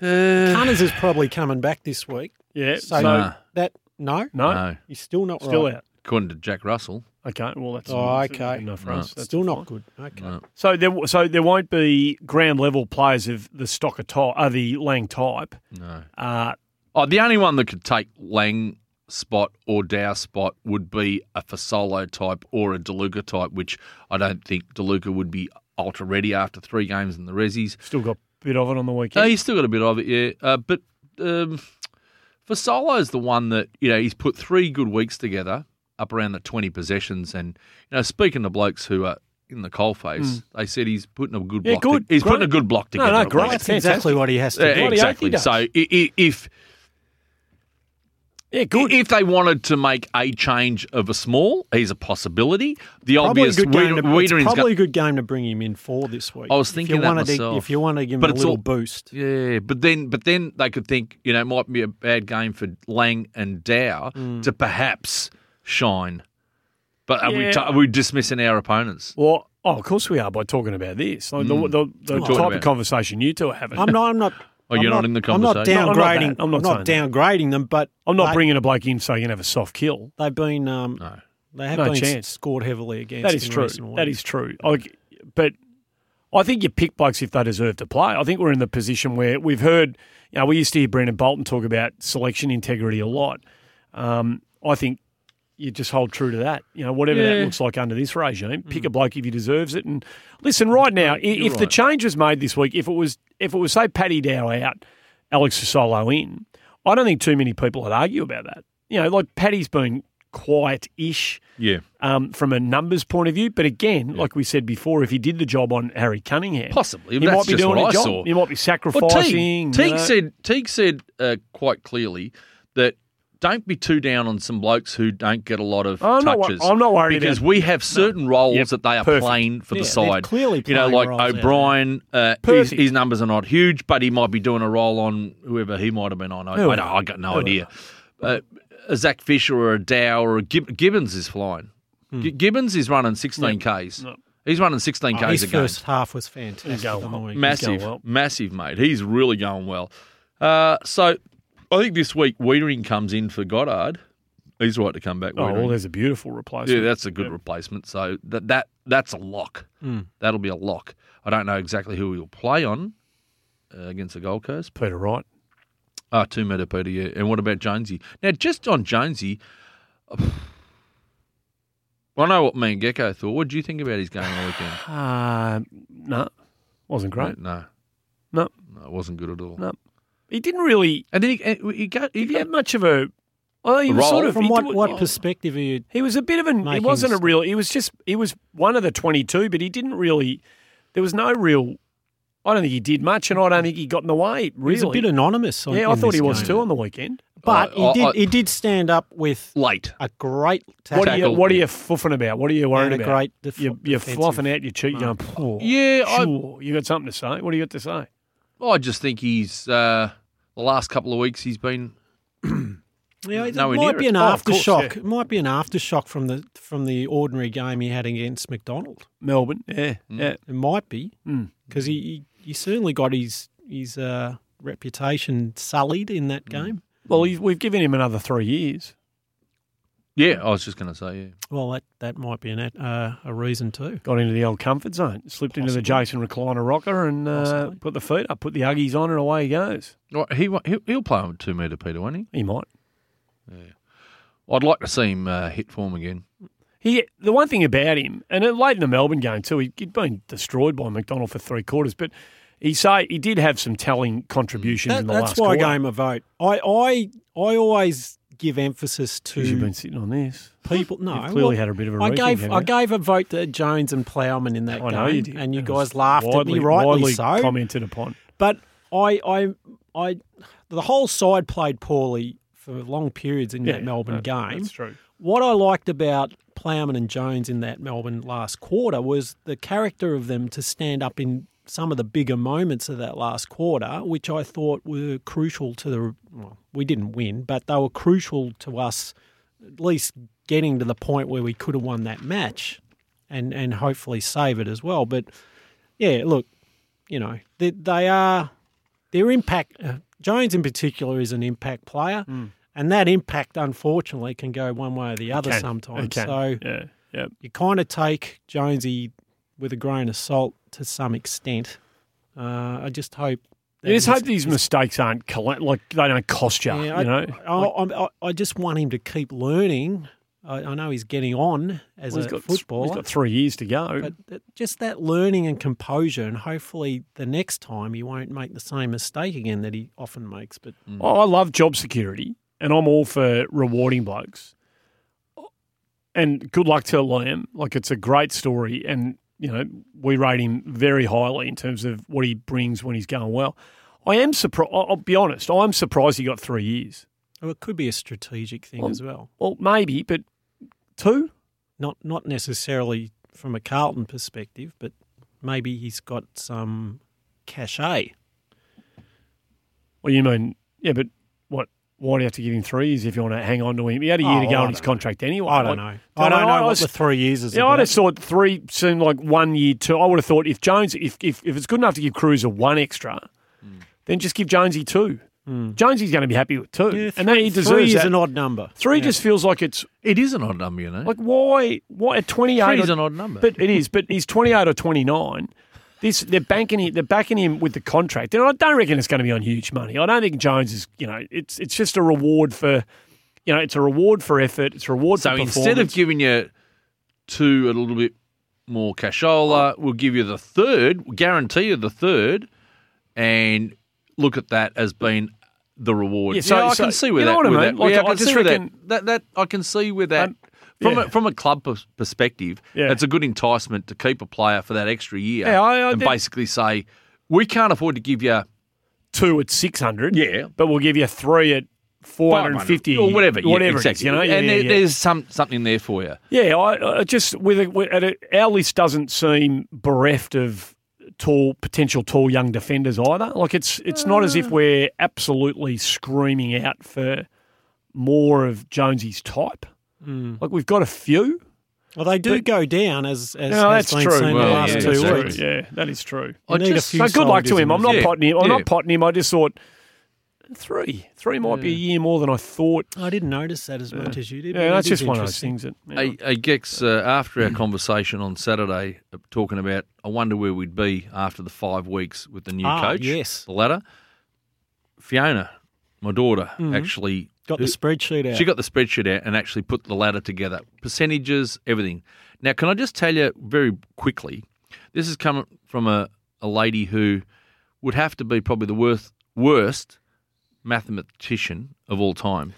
Uh,
Cunners is probably coming back this week.
Yeah,
So
so,
Nah.
that no,
no,
no,
he's still not
still
right.
out.
according to Jack Russell.
Okay, well that's
Oh,
that's
okay.
good enough for
Right.
us. That's
still
fine.
not good. Okay.
No.
So there, so there won't be ground level players of the Stocker type, uh, the Lang type.
No.
Uh,
Oh, the only one that could take Lang spot or Dow spot would be a Fasolo type or a DeLuca type, which I don't think DeLuca would be ultra ready after three games in the Rezzies.
still got a bit of it on the
No,
weekend.
he's still got a bit of it, yeah. Uh, but um, Fasolo's the one that, you know, he's put three good weeks together up around the 20 possessions. And, you know, speaking to blokes who are in the coalface, they said he's putting a good
Yeah,
block.
good,
he's putting
great.
a good block
No,
together.
no,
at
great.
least.
That's exactly
Fantastic.
what he has to
Yeah,
do.
oath he
exactly.
does.
So i- i- if
yeah, good.
if they wanted to make a change of a small, he's a possibility. The
Probably a
obvious
good game. To,
Wieder-
it's
Wiedering's
probably
got,
a good game to bring him in for this week.
I was
If you
thinking that
wanted to-
myself.
if you want to give him
But
a
it's
little
all-
boost,
yeah, but then but then they could think you know it might be a bad game for Lang and Dow to perhaps shine. But are, we
Yeah.
ta- are we dismissing our opponents?
Well, oh, of course we are by talking about this. Like The, the, the
Mm. Talking
type
about
of
it.
conversation you two are having.
I'm not. I'm not.
Oh, you're
I'm
not in the conversation.
No,
I'm not
I'm not
downgrading.
that. I'm not saying
downgrading them, but
I'm not
they,
bringing a bloke in so you can have a soft kill.
They've been. Um,
No.
They have
No
been
chance.
scored heavily against.
That is
in
true.
recent
That
weeks.
is true. I, but I think you pick blokes if they deserve to play. I think we're in the position where we've heard, you know, we used to hear Brendan Bolton talk about selection integrity a lot. Um, I think you just hold true to that. You know, whatever that
Yeah.
looks like under this regime, pick
Hmm.
a bloke if he deserves it. And listen, right now, i- if the
right.
change was made this week, if it was, if it was say Paddy Dow out, Alex Solo in, I don't think too many people would argue about that. You know, like Paddy's been quiet-ish
Yeah.
um, from a numbers point of view. But again, like we said before, if he did the job on Harry Cunningham,
Possibly.
he
That's
might be
just
doing
what
a
I
job.
saw.
He might be
Well,
sacrificing.
Teague,
you
Teague
know.
said Teague said uh, quite clearly that don't be too down on some blokes who don't get a lot of
I'm not wor-
touches.
I'm not worried
because
about-
we have certain roles
Yep,
that they are
perfect.
playing for
Yeah,
the
they're
side.
clearly
you know,
playing
like
roles out there.
O'Brien, uh, his,
Perfect.
his numbers are not huge, but he might be doing a role on whoever he might have been on. I, I,
Whoever.
don't- I got no idea. Uh, a Zach Fisher or a Dow or a Gib- Gibbons is flying.
Hmm.
Gi- Gibbons is running 16 Ks. He's running 16
Oh,
Ks
His
a game.
first half was fantastic.
going
on the
well.
weekend.
Massive,
well.
massive, mate. He's really going well. Uh, so I think this week Wiedering comes in for Goddard. He's right to come back.
Oh, well,
Wiedering.
there's a beautiful replacement.
yeah, that's a good replacement. So that that that's a lock.
Hmm.
That'll be a lock. I don't know exactly who he'll play on uh, against the Gold Coast.
Peter Wright.
Ah, two meter Peter. Yeah. And what about Jonesy? Now, just on Jonesy. I know what me and Gecko thought. What do you think about his game on the weekend?
Uh, no, wasn't great.
No,
No,
no, it wasn't good at all.
no. He didn't really.
And then he, uh, he got he
He
got
had much of a. Well, he was
Role?
sort of.
From
he
what,
did-
Oh.
what perspective are you?
He was a bit of an. He
Making
wasn't a
st-
real. He was just. He was one of the twenty-two, but he didn't really. There was no real. I don't think he did much, and I don't think he got in the way. Really,
He's a bit anonymous. On,
yeah, I
in
thought he
this
was
game.
too on the weekend.
But
I-
he did.
I-
he did stand up with
late.
a great tackle.
What are you?
Tackle.
What are you fluffing about? What are you worried
And a
about?
great def-
you're, you're
defensive
fluffing out your cheek, going, "Poor,
Yeah, I-
sure, you got something to say? What do you got to say?
Well, I just think he's uh, the last couple of weeks he's been
Yeah, it
nowhere near
might be
it.
an
Oh, of course,
aftershock.
yeah.
It might be an aftershock from the from the ordinary game he had against McDonald.
Melbourne, yeah, yeah,
It might be
Hmm.
because he, he he certainly got his his uh, reputation sullied in
Hmm.
that game.
Well, he's, we've given him another three years.
yeah. I was just going to say yeah.
Well, that that might be an at- uh, a reason too.
Got into the old comfort zone, slipped into the Jason recliner rocker, and uh,
Possibly.
put the feet up, put the Uggies on, and away he goes.
Right, he won't- he'll, he'll play on two meter Peter, won't he?
He might.
I'd like to see him uh, hit form again.
He, the one thing about him, and it- late in the Melbourne game too, he, he'd been destroyed by McDonald for three quarters, but he say he did have some telling contributions
Mm. That-
in the last
that's why
quarter.
I gave him a vote. I I I always give emphasis
Because you've
to
been sitting on this.
people. No,
You've clearly
well,
had a bit of a
I
reason,
gave
haven't
I
you?
gave a vote to Jones and Plowman in that
I
game,
know you did.
and you
It
guys
was
laughed at me,
widely-
rightly
widely
so.
commented upon.
But I, I, I, the whole side played poorly for long periods in that Melbourne
no,
game.
That's true.
What I liked about Plowman and Jones in that Melbourne last quarter was the character of them to stand up in some of the bigger moments of that last quarter, which I thought were crucial to the. Well, we didn't win, but they were crucial to us at least getting to the point where we could have won that match, and and hopefully save it as well. But yeah, look, you know they, they are their impact. Uh, Jones in particular is an impact player,
Hmm.
and that impact unfortunately can go one way or the other
Can.
sometimes.
Can.
So
yeah, yeah.
you kind of take Jonesy with a grain of salt to some extent. Uh, I just hope. that
You just
he's-
hope these mistakes aren't colla- like they don't cost you.
yeah,
you
I,
know,
I, I, I just want him to keep learning. I, I know he's getting on as
Well,
a
he's got
footballer,
He's got three years to go.
but that- just that learning and composure, and hopefully the next time he won't make the same mistake again that he often makes. But
Oh, I I love job security, and I'm all for rewarding blokes. And good luck to Liam. Like it's a great story, and you know we rate him very highly in terms of what he brings when he's going well. I am surprised. I'll be honest. I'm surprised he got three years.
oh, it could be a strategic thing as
Mm.
well,
Well, maybe, but two.
not not necessarily from a Carlton perspective, but maybe he's got some cachet.
Well, you mean yeah, but what? Why do you have to give him three years if you want to hang on to him? He had a year
Oh,
to go
I
on his
don't know.
contract anyway.
I don't know.
Like,
I don't know
I
what
was-
the three years is.
Yeah, I
about.
just thought three seemed like one year two. I would have thought if Jones, if if, if it's good enough to give Cruiser one extra, then just give Jonesy two. Jonesy's going to be happy with two,
Yeah,
and that he
three
deserves
is
that.
an odd number.
three just feels like it's
It is an odd number, you know.
like why why at twenty
Three
eight
is an odd number.
but it is. But he's twenty eight or twenty nine. This they're banking him, they're backing him with the contract, and I don't reckon it's going to be on huge money. I don't think Jones is. You know, it's it's just a reward for. You know, it's a reward for effort. It's a reward
so
for
instead of
performance.
giving you two a little bit more cashola, we'll give you the third, guarantee you the third, and look at that as being the reward.
Yeah,
so,
so-
I
so-
can see where
you
that.
know what I
where
mean?
that-
Like,
yeah, I,
I
can
just
see where
reckon-
that, that. That I can see where that.
Um,
from
yeah.
a, from a club pers- perspective,
Yeah.
it's a good enticement to keep a player for that extra year
Yeah, I- I
and
did-
basically say we can't afford to give you
two at six hundred.
Yeah.
but we'll give you three at four hundred and fifty
or whatever, yeah,
whatever
exactly.
it is, you know. Yeah,
and
yeah,
there-
yeah.
there's some something there for you.
Yeah, I, I just with, a, with at a, our list doesn't seem bereft of tall potential tall young defenders either. Like it's it's not as
Uh.
if we're absolutely screaming out for more of Jonesy's type.
Hmm.
Like we've got a few.
Well, they do go down as as
No,
has
that's
been
true.
seen
Well,
the
yeah,
last
that's
two
true.
weeks.
Yeah, that is true.
You need a
So
few
good luck to
soldiers
him.
in
I'm not
this. Yeah.
potting him. I'm
Yeah.
not potting him. I just thought three, three might be a year more than I thought.
I didn't notice that as much as you did. but
Yeah,
it
that's
is
just one of those
interesting.
things that. you know.
Hey, hey Gex, uh, after our conversation on Saturday, uh, talking about, I wonder where we'd be after the five weeks with the new
Ah,
coach.
yes.
the ladder. Fiona, my daughter, actually
Mm-hmm. Got the spreadsheet out.
she got the spreadsheet out and actually put the ladder together, percentages, everything. Now, can I just tell you very quickly? This is coming from a, a lady who would have to be probably the worst worst mathematician of all time.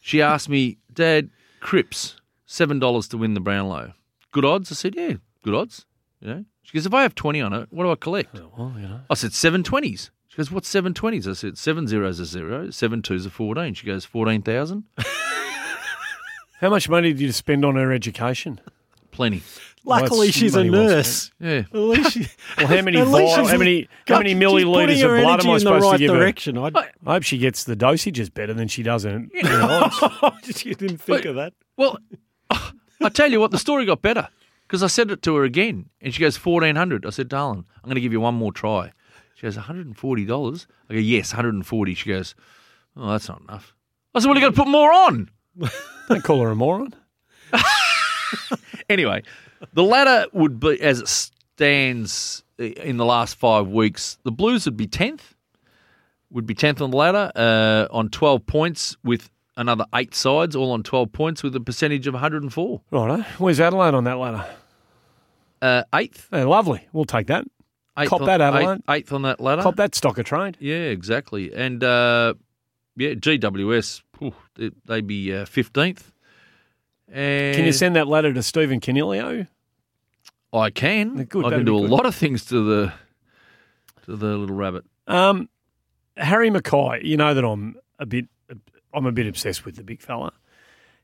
She asked me, Dad, Cripps, seven dollars to win the Brownlow. Good odds? I said, Yeah, good odds. You know? She goes, If I have twenty on it, what do I collect? I said seven twenties. She goes, What's seven twenties? I said, seven zeros are zero, seven twos are fourteen. She goes, fourteen thousand?
How much money did you spend on her education?
Plenty.
Luckily,
Well, it's
she's a
money well
nurse.
Yeah.
At least she,
Well, how many
at least
vial,
she's-
how many how many
she's
milliliters
putting her
of blood
energy
am I
in
supposed
the right
to give
direction. I,
her? I hope she gets the dosages better than she does in.
you didn't think of that.
Well, I tell you what, the story got better because I said it to her again, and she goes fourteen hundred. I said, "Darling, I'm going to give you one more try." She goes, "One hundred and forty dollars." I go, "Yes, one hundred and forty. She goes, "Oh, that's not enough." I said, "Well, you got to put more on."
Don't call her a moron.
Anyway, the latter would be as it stands in the last five weeks. The Blues would be tenth, would be tenth on the ladder uh, on twelve points with another eight sides, all on twelve points with a percentage of one hundred and four.
Righto. Where's Adelaide on that ladder?
Uh, eighth,
They're lovely. We'll take that.
eighth
Cop
on,
that,
eighth-
Adelaide.
eighth on that ladder.
Cop that stock of trade.
Yeah, exactly. And uh, yeah, GWS, phew, they- they'd be uh, 15th. And
Can you send that ladder to Stephen Canilio?
I can.
They're good,
I can
that'd
do
be
a
good.
lot of things to the to the little rabbit.
Um, Harry Mackay. You know that I'm a bit, I'm a bit obsessed with the big fella.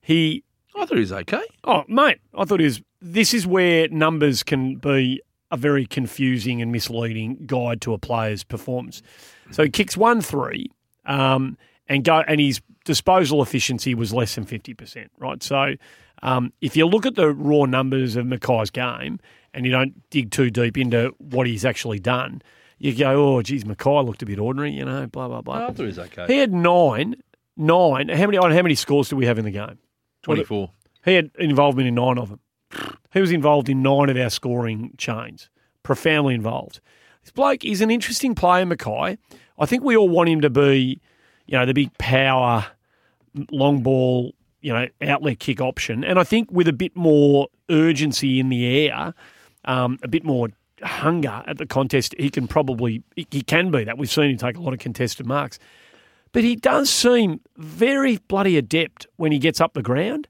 He
I thought he was okay.
Oh, mate, I thought it was. This is where numbers can be a very confusing and misleading guide to a player's performance. So he kicks one three, um, and go, and his disposal efficiency was less than fifty percent. Right. So um, if you look at the raw numbers of Mackay's game, and you don't dig too deep into what he's actually done, you go, oh, geez, Mackay looked a bit ordinary. You know, blah blah
I
blah.
thought he was okay.
He had nine, nine. How many? On how many scores do we have in the game?
24.
He had involvement in nine of them. He was involved in nine of our scoring chains, profoundly involved. This bloke is an interesting player, Mackay. I think we all want him to be, you know, the big power, long ball, you know, outlet kick option. And I think with a bit more urgency in the air, um, a bit more hunger at the contest, he can probably he he can be that. We've seen him take a lot of contested marks, but he does seem very bloody adept when he gets up the ground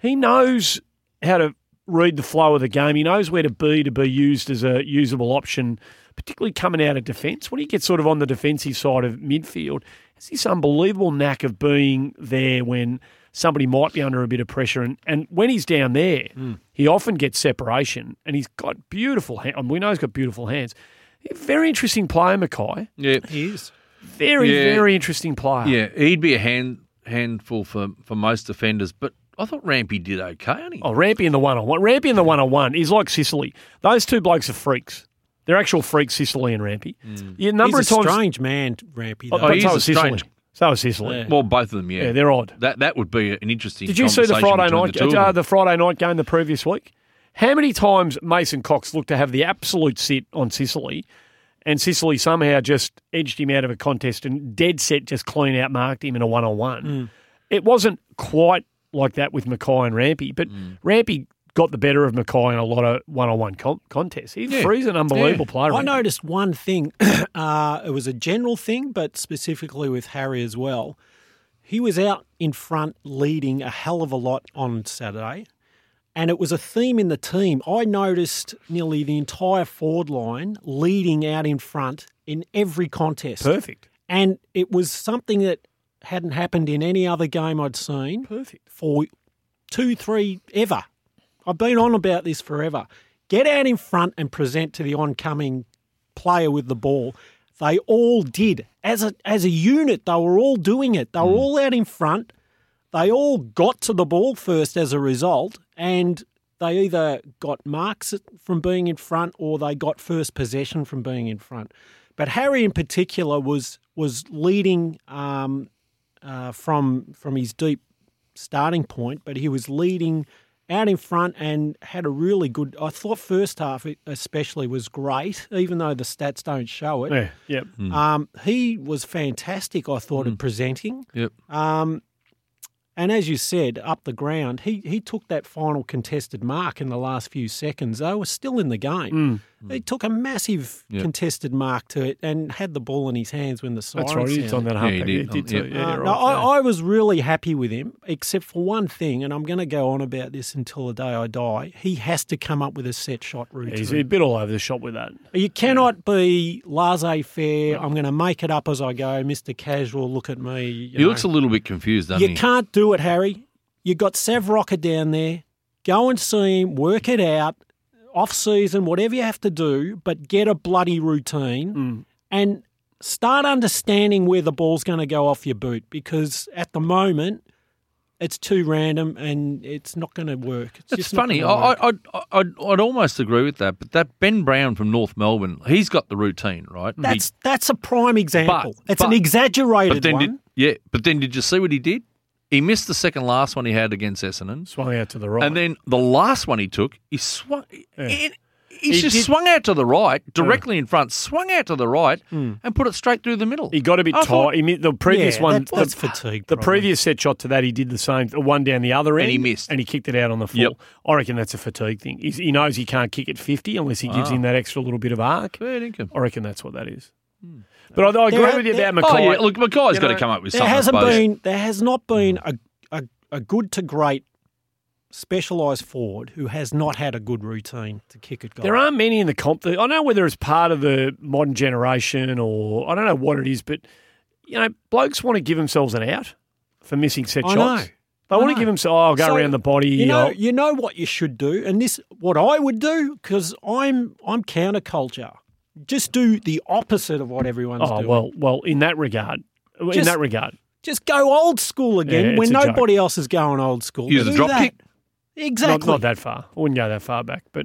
he knows how to read the flow of the game. He knows where to be to be used as a usable option, particularly coming out of defence. When he gets sort of on the defensive side of midfield, has this unbelievable knack of being there when somebody might be under a bit of pressure. And, and when he's down there, he often gets separation and he's got beautiful hands. we know he's got beautiful hands. Very interesting player, Mackay.
Yeah.
He is.
Very,
Yeah.
very interesting player.
Yeah. He'd be a hand handful for, for most defenders, but I thought Rampy did okay. Only.
Oh, Rampy in the one on one. Rampy in the one on one is like Sicily. Those two blokes are freaks. They're actual freaks, Sicily and Rampy. Yeah, number
He's a
of times.
strange man, Rampy.
Oh,
Though.
but
he is
so
a
is Sicily.
strange-
So is Sicily.
Yeah.
Well, both of them, yeah.
Yeah, they're odd.
that that would be an interesting
Did you see the
conversation
Friday
between
night
the two of
uh,
them.
the Friday night game the previous week? How many times Mason Cox looked to have the absolute sit on Sicily, and Sicily somehow just edged him out of a contest and dead set just clean out marked him in a
Hmm. Hmm.
one on one. It wasn't quite like that with Mackay and Rampy, but Rampy got the better of Mackay in a lot of one-on-one con- contests. He
Yeah.
Free's an unbelievable player.
I
mate.
noticed one thing. uh, it was a general thing, but specifically with Harry as well. He was out in front leading a hell of a lot on Saturday, and it was a theme in the team. I noticed nearly the entire forward line leading out in front in every contest.
Perfect.
And it was something that hadn't happened in any other game I'd seen
Perfect.
for two, three, ever. I've been on about this forever. Get out in front and present to the oncoming player with the ball. They all did. As a as a unit, they were all doing it. They were all out in front. They all got to the ball first as a result, and they either got marks from being in front or they got first possession from being in front. But Harry in particular was was leading um, uh, from from his deep starting point, but he was leading out in front and had a really good. I thought first half especially was great, even though the stats don't show it.
Yeah. Yep.
Hmm.
Um, he was fantastic. I thought at presenting,
Yep.
um, and as you said, up the ground, he he took that final contested mark in the last few seconds. They were still in the game.
Mm.
He took a massive
Yep.
contested mark to it and had the ball in his hands when the siren
That's right. He did
sounded.
on that
Yeah, he
humpback.
did.
He did
Yeah.
too. Yeah,
Uh,
right.
no, I, I was really happy with him, except for one thing, and I'm going to go on about this until the day I die. He has to come up with a set shot routine.
He's a bit all over the shop with that.
You cannot be laissez faire. I'm going to make it up as I go, Mr. Casual. Look at me. You,
He
know.
looks a little bit confused, doesn't
You
he?
can't do it, Harry. You got Sav Rocker down there. Go and see him. Work it out. Off season, whatever you have to do, but get a bloody routine
Mm.
and start understanding where the ball's going to go off your boot because at the moment it's too random and it's not going to work. It's,
It's
just not
funny. I,
gonna work.
I, I'd, I'd, I'd almost agree with that. But that Ben Brown from North Melbourne, he's got the routine, right? He-
that's that's a prime example. it's an
but-
exaggerated
but then
one.
did, yeah. But then did you see what he did? He missed the second last one he had against Essendon,
Swung out to the right.
and then the last one he took, he swung. He, he,
He
just
did-
swung out to the right, directly in front, swung out to the right, and put it straight through the middle.
Hmm. he got a bit
I
tired.
thought-
he mi- the previous
Yeah,
one,
that- that's
the,
fatigue
The
probably.
previous set shot to that, he did the same. The one down the other end,
he missed.
and he kicked it out on the full.
Yep.
I reckon that's a fatigue thing. He's, he knows he can't kick at fifty unless he gives him that extra little bit of arc.
Fair dinkum.
I reckon that's what that is. But I, I agree
There-
with you
there-
about
Hmm. Oh,
Mackay.
yeah. Look, Mackay's
You
got to
know,
come up with
there
something. I
hasn't
suppose.
been there has not been
Mm.
a a, a good to great specialised forward who has not had a good routine to kick at goal.
There aren't many in the comp. That, I don't know whether it's part of the modern generation or I don't know what it is, but you know, blokes want to give themselves an out for missing set
I
shots.
know.
They
I
want
know.
to give themselves. Oh, I'll go
So,
around the body. oh,
You know,
I'll-
you know what you should do, and this what I would do because I'm I'm counterculture. Just do the opposite of what everyone's
oh
doing.
well, well. In that regard, in
Just-
that regard,
Just go old school
Yeah,
again
it's
when
a joke.
nobody else is going old school.
Use a
Do
drop
that.
kick.
Exactly.
not not that far. I wouldn't go that far back, but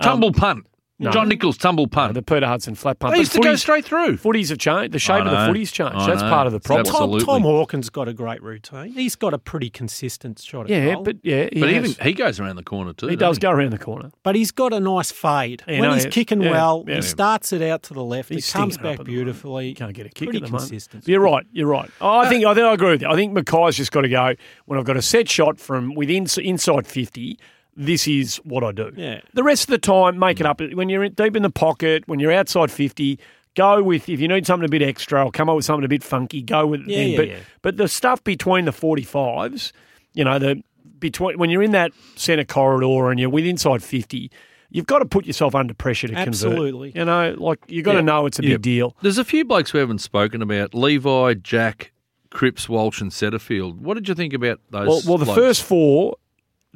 um,
Tumble punt. John Nichols tumble punt.
the Peter Hudson flat pump.
They
But
Uh, used to go
footies-
straight through.
Footies have changed. The shape of the
know.
footies changed.
I
That's
know.
part of the
It's
problem.
absolute-
Tom,
Absolutely.
Tom Hawkins got a great routine. He's got a pretty consistent shot at
Yeah,
goal.
but yeah, he
But
has.
even he goes around the corner too.
he
doesn't
does go around the corner.
but he's got a nice fade.
Yeah,
when
no,
he's
yeah,
kicking
yeah,
well,
yeah.
he starts it out to the left.
He's
it comes
stinking up
back
at the moment.
beautifully.
You can't get a kick
pretty
at the
consistent.
moment.
Uh,
You're right. You're right. Oh, I think I think I agree with you. I think Mackay's just got to go. When I've got a set shot from within inside fifty, this is what I do.
Yeah.
The rest of the time, make it up. When you're in- deep in the pocket, when you're outside fifty, go with if you need something a bit extra or come up with something a bit funky, go with it.
Yeah,
then.
yeah,
but
yeah.
but the stuff between the forty fives, you know, the between when you're in that centre corridor and you're with inside fifty. You've got to put yourself under pressure to
Absolutely.
convert. You know, like you've got to know it's a
Yeah.
big deal.
There's a few blokes we haven't spoken about: Levi, Jack, Cripps, Walsh, and Setterfield. What did you think about those?
Well, well, the
blokes?
first four,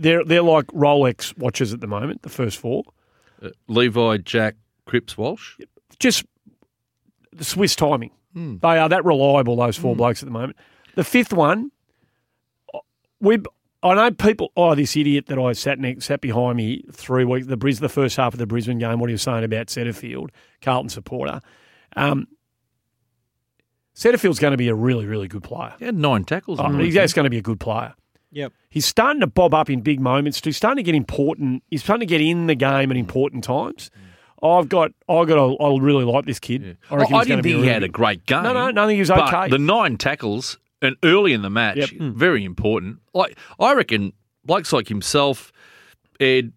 they're they're like Rolex watches at the moment. The first four,
Levi, Jack, Cripps, Walsh.
just the Swiss timing. They are that reliable. Those four blokes at the moment. The fifth one, uh, we. I know people. Oh, this idiot that I sat next, sat behind me three weeks. The Bris, the first half of the Brisbane game. What he was saying about Setterfield, Carlton supporter. Um, Setterfield's going to be a really, really good player.
He had nine tackles.
Oh,
on the
he's
weekend.
just going to be a good player.
Yep.
he's starting to bob up in big moments. He's starting to get important. He's starting to get in the game at important times. I've got, I got, a, I really like this kid.
I,
reckon
Oh, I
he's gonna
didn't
be
think he
really
had a
good.
great game.
No, no, no, I think he was
but
okay.
The nine tackles and early in the match,
Yep. Hmm.
very important. Like I reckon, blokes like himself, Ed,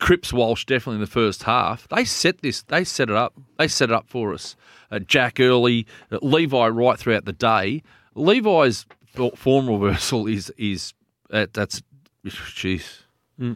Cripps, Walsh, definitely in the first half. They set this. They set it up. They set it up for us. Uh, Jack early, uh, Levi right throughout the day. Levi's f- form reversal is is uh, that's jeez.
Hmm.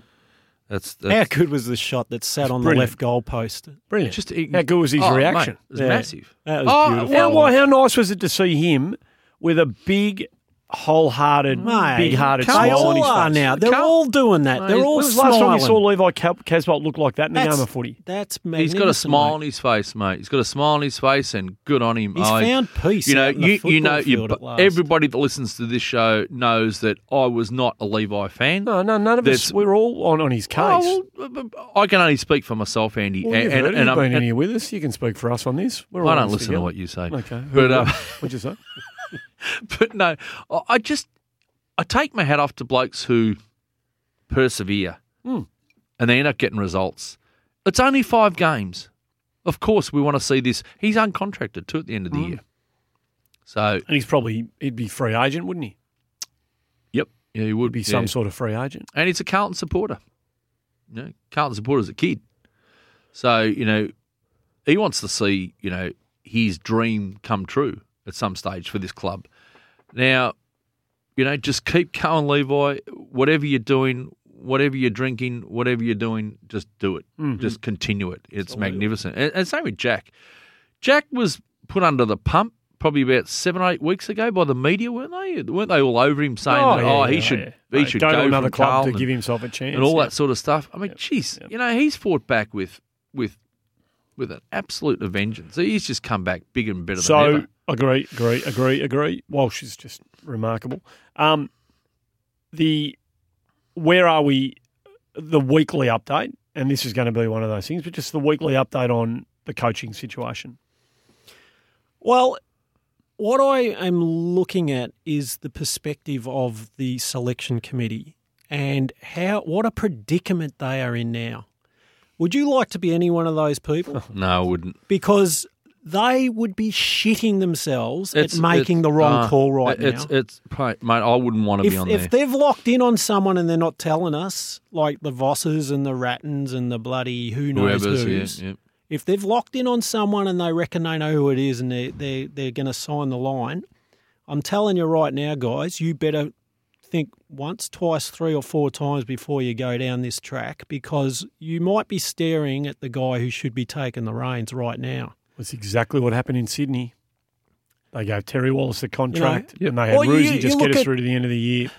That's,
How
that's
good was the shot that sat on
brilliant.
the left goalpost?
Brilliant.
just
Just
ign-
how good was his
Oh, mate,
reaction?
it was
Yeah.
massive.
That was
Oh,
beautiful.
How, Uh, well, how nice was it to see him with a big, wholehearted,
Mate,
big-hearted
they
smile on
all
his
are
face?
now. They're
Carl-
all doing that. They're
Mate,
all
When was the last time
smiling.
you saw Levi Ca- Casbolt look like that in a game
That's-
of footy?
That's
He's
magnificent.
got a smile on
mate.
his face, mate. He's got a smile on his face, and good on him.
He's
I-
found peace.
you know,
out in the
you, you know,
football
you,
field at last.
everybody that listens to this show knows that I was not a Levi fan.
No, no, none of us.
That's-
We're all on, on his case.
Oh, well, I can only speak for myself, Andy.
Well, you've
and,
heard it. You've
and I'm-
been in
and
here with us. You can speak for us on this. We're
I
all
don't
in this
listen to
together.
what you say.
Okay.
But, uh,
What'd you say?
but no, I- I just I take my hat off to blokes who persevere
Hmm.
and they end up getting results. It's only five games. Of course, we want to see this. He's uncontracted too at the end
Hmm.
of the year. So,
And he's probably he'd be free agent, wouldn't he?
yep, yeah, he
He'd
would
be
yeah.
some sort of free agent.
and he's a Carlton supporter. You know, Carlton supporter as a kid. So, you know, he wants to see, you know, his dream come true at some stage for this club. Now, you know, just keep going, Levi. Whatever you're doing, whatever you're drinking, whatever you're doing, just do it.
Mm-hmm.
Just continue it. It's magnificent. And, and same with Jack. Jack was put under the pump probably about seven or eight weeks ago by the media, weren't they? Weren't they all over him saying, "Oh, that, oh he should,
yeah.
he
Right,
should
go,
go,
to another
from
club
Carlton
to give himself a chance
and all
yeah.
that sort of stuff. I mean, jeez, you know, he's fought back with with with an absolute vengeance. He's just come back bigger and better than
So
ever.
agree, agree, agree, agree. Walsh is just remarkable. Um, the where are we? The weekly update, and this is going to be one of those things, but just the weekly update on the coaching situation.
Well, what I am looking at is the perspective of the selection committee and how what a predicament they are in now. Would you like to be any one of those people?
No, I wouldn't.
Because they would be shitting themselves
It's
at making
it's-
the wrong
uh,
call right
it's,
now.
It's mate, mate, I wouldn't want to
if
be on there.
if they've locked in on someone and they're not telling us, like the Vosses and the Rattans and the bloody who knows
Whoever's
who's,
yeah, yeah.
if they've locked in on someone and they reckon they know who it is and they they they're going to sign the line, I'm telling you right now, guys, you better think once, twice, three or four times before you go down this track because you might be staring at the guy who should be taking the reins right now.
That's exactly what happened in Sydney. They gave Terry Wallace the
know,
contract, and they had
Well, you-
Roosie
you
just get
look
us
at-
through to the end of the year.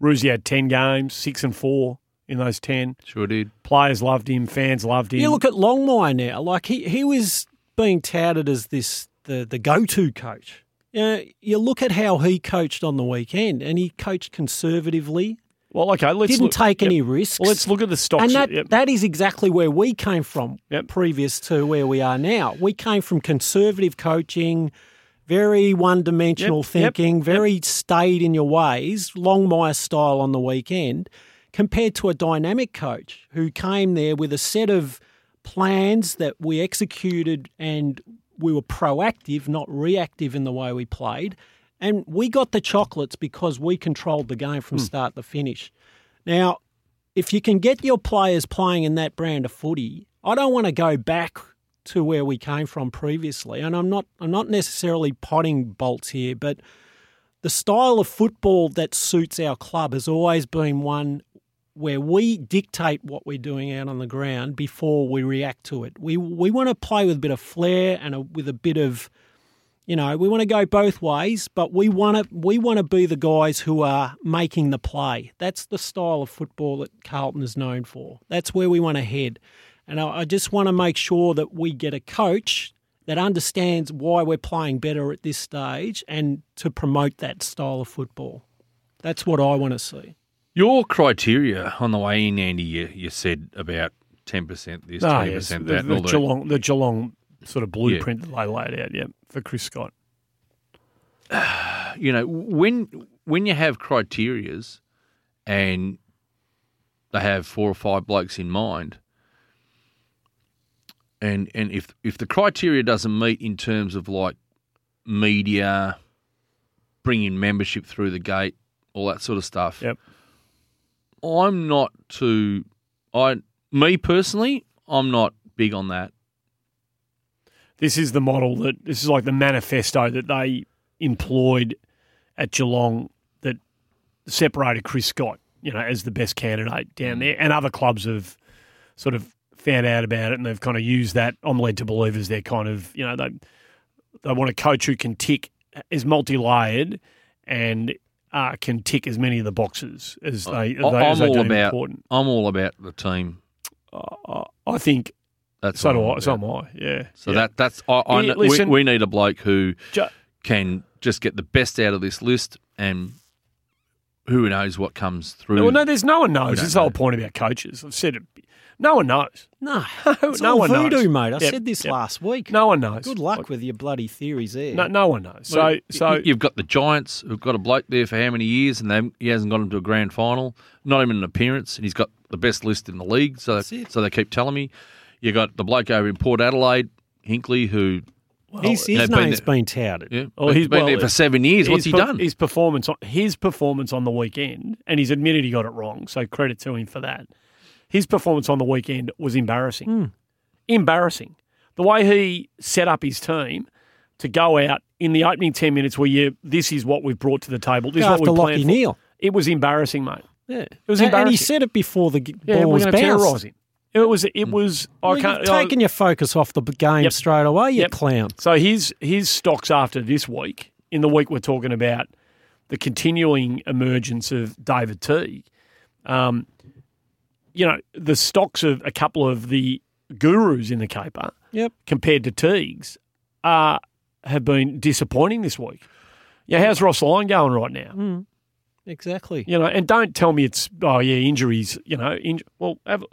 Roosie had ten games, six and four in those ten.
Sure did.
Players loved him, fans loved him.
You look at Longmire now, like he he was being touted as this the the go to coach. You, know, you look at how he coached on the weekend, and he coached conservatively,
well, okay, let's
didn't
look-
take
yep.
any risks.
Well, let's look at the stocks.
And that,
Yep.
that is exactly where we came from
Yep.
previous to where we are now. We came from conservative coaching, very one dimensional
Yep, yep,
thinking, very stayed in your ways, Longmire style on the weekend, compared to a dynamic coach who came there with a set of plans that we executed and we were proactive, not reactive in the way we played. And we got the chocolates because we controlled the game
Hmm.
from start to finish. Now, if you can get your players playing in that brand of footy, I don't want to go back to where we came from previously. And I'm not I'm not necessarily potting bolts here, but the style of football that suits our club has always been one where we dictate what we're doing out on the ground before we react to it. We we want to play with a bit of flair and a, with a bit of you know, we want to go both ways, but we want to we want to be the guys who are making the play. That's the style of football that Carlton is known for. That's where we want to head. And I, I just want to make sure that we get a coach that understands why we're playing better at this stage and to promote that style of football. That's what I want to see.
Your criteria on the way in, Andy, you, you said about ten percent this,
Ah,
twenty
yes,
percent
the,
that, and
the
all that.
Geelong, the Geelong sort of blueprint that they laid out, yeah, for Chris Scott.
you know when when you have criterias and they have four or five blokes in mind and and if if the criteria doesn't meet in terms of like media bringing membership through the gate all that sort of stuff
Yep.
i'm not too I, me personally, I'm not big on that.
This is the model that this is like the manifesto that they employed at Geelong that separated Chris Scott, you know, as the best candidate down
Mm.
there, and other clubs have sort of found out about it and they've kind of used that. I'm led to believe as their kind of you know they they want a coach who can tick is multi layered and uh, can tick as many of the boxes as they, as they,
I,
as
am
they
all
deem
about.
important.
I'm all about the team.
I, I think
That's
so
what
do
I'm
I.
about.
So am I. Yeah.
So
yeah.
that that's I, I
Yeah,
kn-
listen-
we, we need a bloke who
Ju-
can just get the best out of this list, and who knows what comes through.
Well, no, there's no one knows.
don't
It's the whole
know.
point about coaches. I've said it. No one knows.
No, it's
no
all
one knows.
voodoo, mate. I
Yep,
said this
yep.
last week.
No one knows.
Good luck with your bloody theories there.
No, no one knows. So,
Well, y-
so
y- you've got the Giants who've got a bloke there for how many years, and they, haven't- he hasn't got him to a grand final, not even an appearance, and he's got the best list in the league. So,
it.
so they keep telling me. You got the bloke over in Port Adelaide, Hinkley, who
his his
they've been
name's
there.
been touted.
yeah,
Oh,
but
he's-
he's been
well,
there for seven years. What's
his
he
per-
done?
His performance, on, his performance on the weekend, and he's admitted he got it wrong. So credit to him for that. His performance on the weekend was embarrassing.
Hmm.
Embarrassing. The way he set up his team to go out in the opening ten minutes, where you this is what we've brought to the table. This
Go
is what
after
we planned.
Lockie
for.
Neal.
It was was embarrassing, mate.
Yeah. It
was
and, and he
embarrassing.
said it before the g-
Yeah,
ball
we're
was
going to terrorise
bounced. Hmm.
him. It was. It was.
Well,
Oh, I
you've
can't. I-
taken your focus off the b- game
Yep.
straight away, you
Yep.
clown.
So his his stocks after this week, in the week we're talking about, the continuing emergence of David Teague. Um, you know the stocks of a couple of the gurus in the caper
Yep.
compared to Teague's are have been disappointing this week. Yeah, how's Ross Lyon going right now?
Exactly.
You know, and don't tell me it's oh yeah injuries. You know, in, well, have,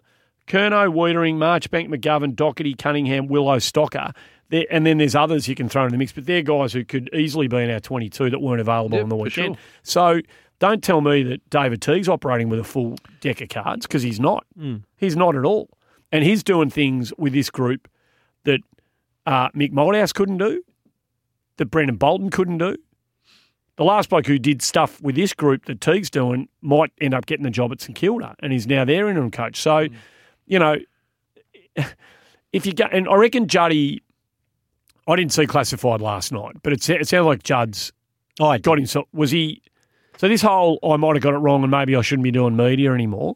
Kerno, Wiedering, Marchbank, McGovern, Doherty, Cunningham, Willow, Stocker, there, and then there's others you can throw in the mix. But they're guys who could easily be in our 22 that weren't available
Yeah,
on the
for
weekend.
sure.
So don't tell me that David Teague's operating with a full deck of cards because he's not.
Hmm.
He's not at all, and he's doing things with this group that uh, Mick Moldhouse couldn't do, that Brendan Bolton couldn't do. The last bloke who did stuff with this group that Teague's doing might end up getting the job at St Kilda, and he's now their interim coach. So,
Hmm.
you know, if you go, and I reckon Juddy, I didn't see classified last night, but it, sa- it sounded like Judd's
I
got himself. Was he? So this whole I might have got it wrong, and maybe I shouldn't be doing media anymore.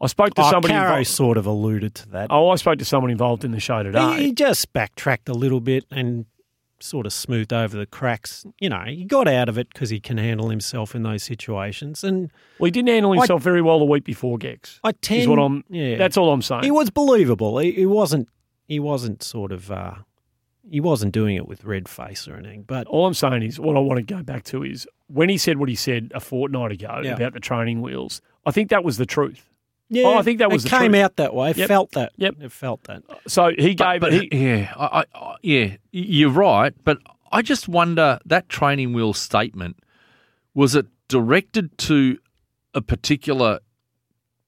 I spoke to
oh,
somebody.
Caro
involved-
sort of alluded to that.
oh, I spoke to someone involved in the show today.
He, he just backtracked a little bit and sort of smoothed over the cracks. You know, he got out of it because he can handle himself in those situations. And
Well, he didn't handle
I-
himself very well the week before Gex.
I tend,
is what I'm.
yeah,
That's all I'm saying.
he was believable. He, he wasn't. He wasn't sort of. Uh, he wasn't doing it with red face or anything. But
all I'm saying is what I want to go back to is when he said what he said a fortnight ago
Yeah.
about the training wheels. I think that was the truth.
yeah,
Oh, I think that was
it
the
came
truth.
out that way.
Yep.
Felt that.
Yep.
It felt that.
So he gave.
but
he,
yeah, I, I, I, yeah, y- you're right. But I just wonder that training wheel statement was it directed to a particular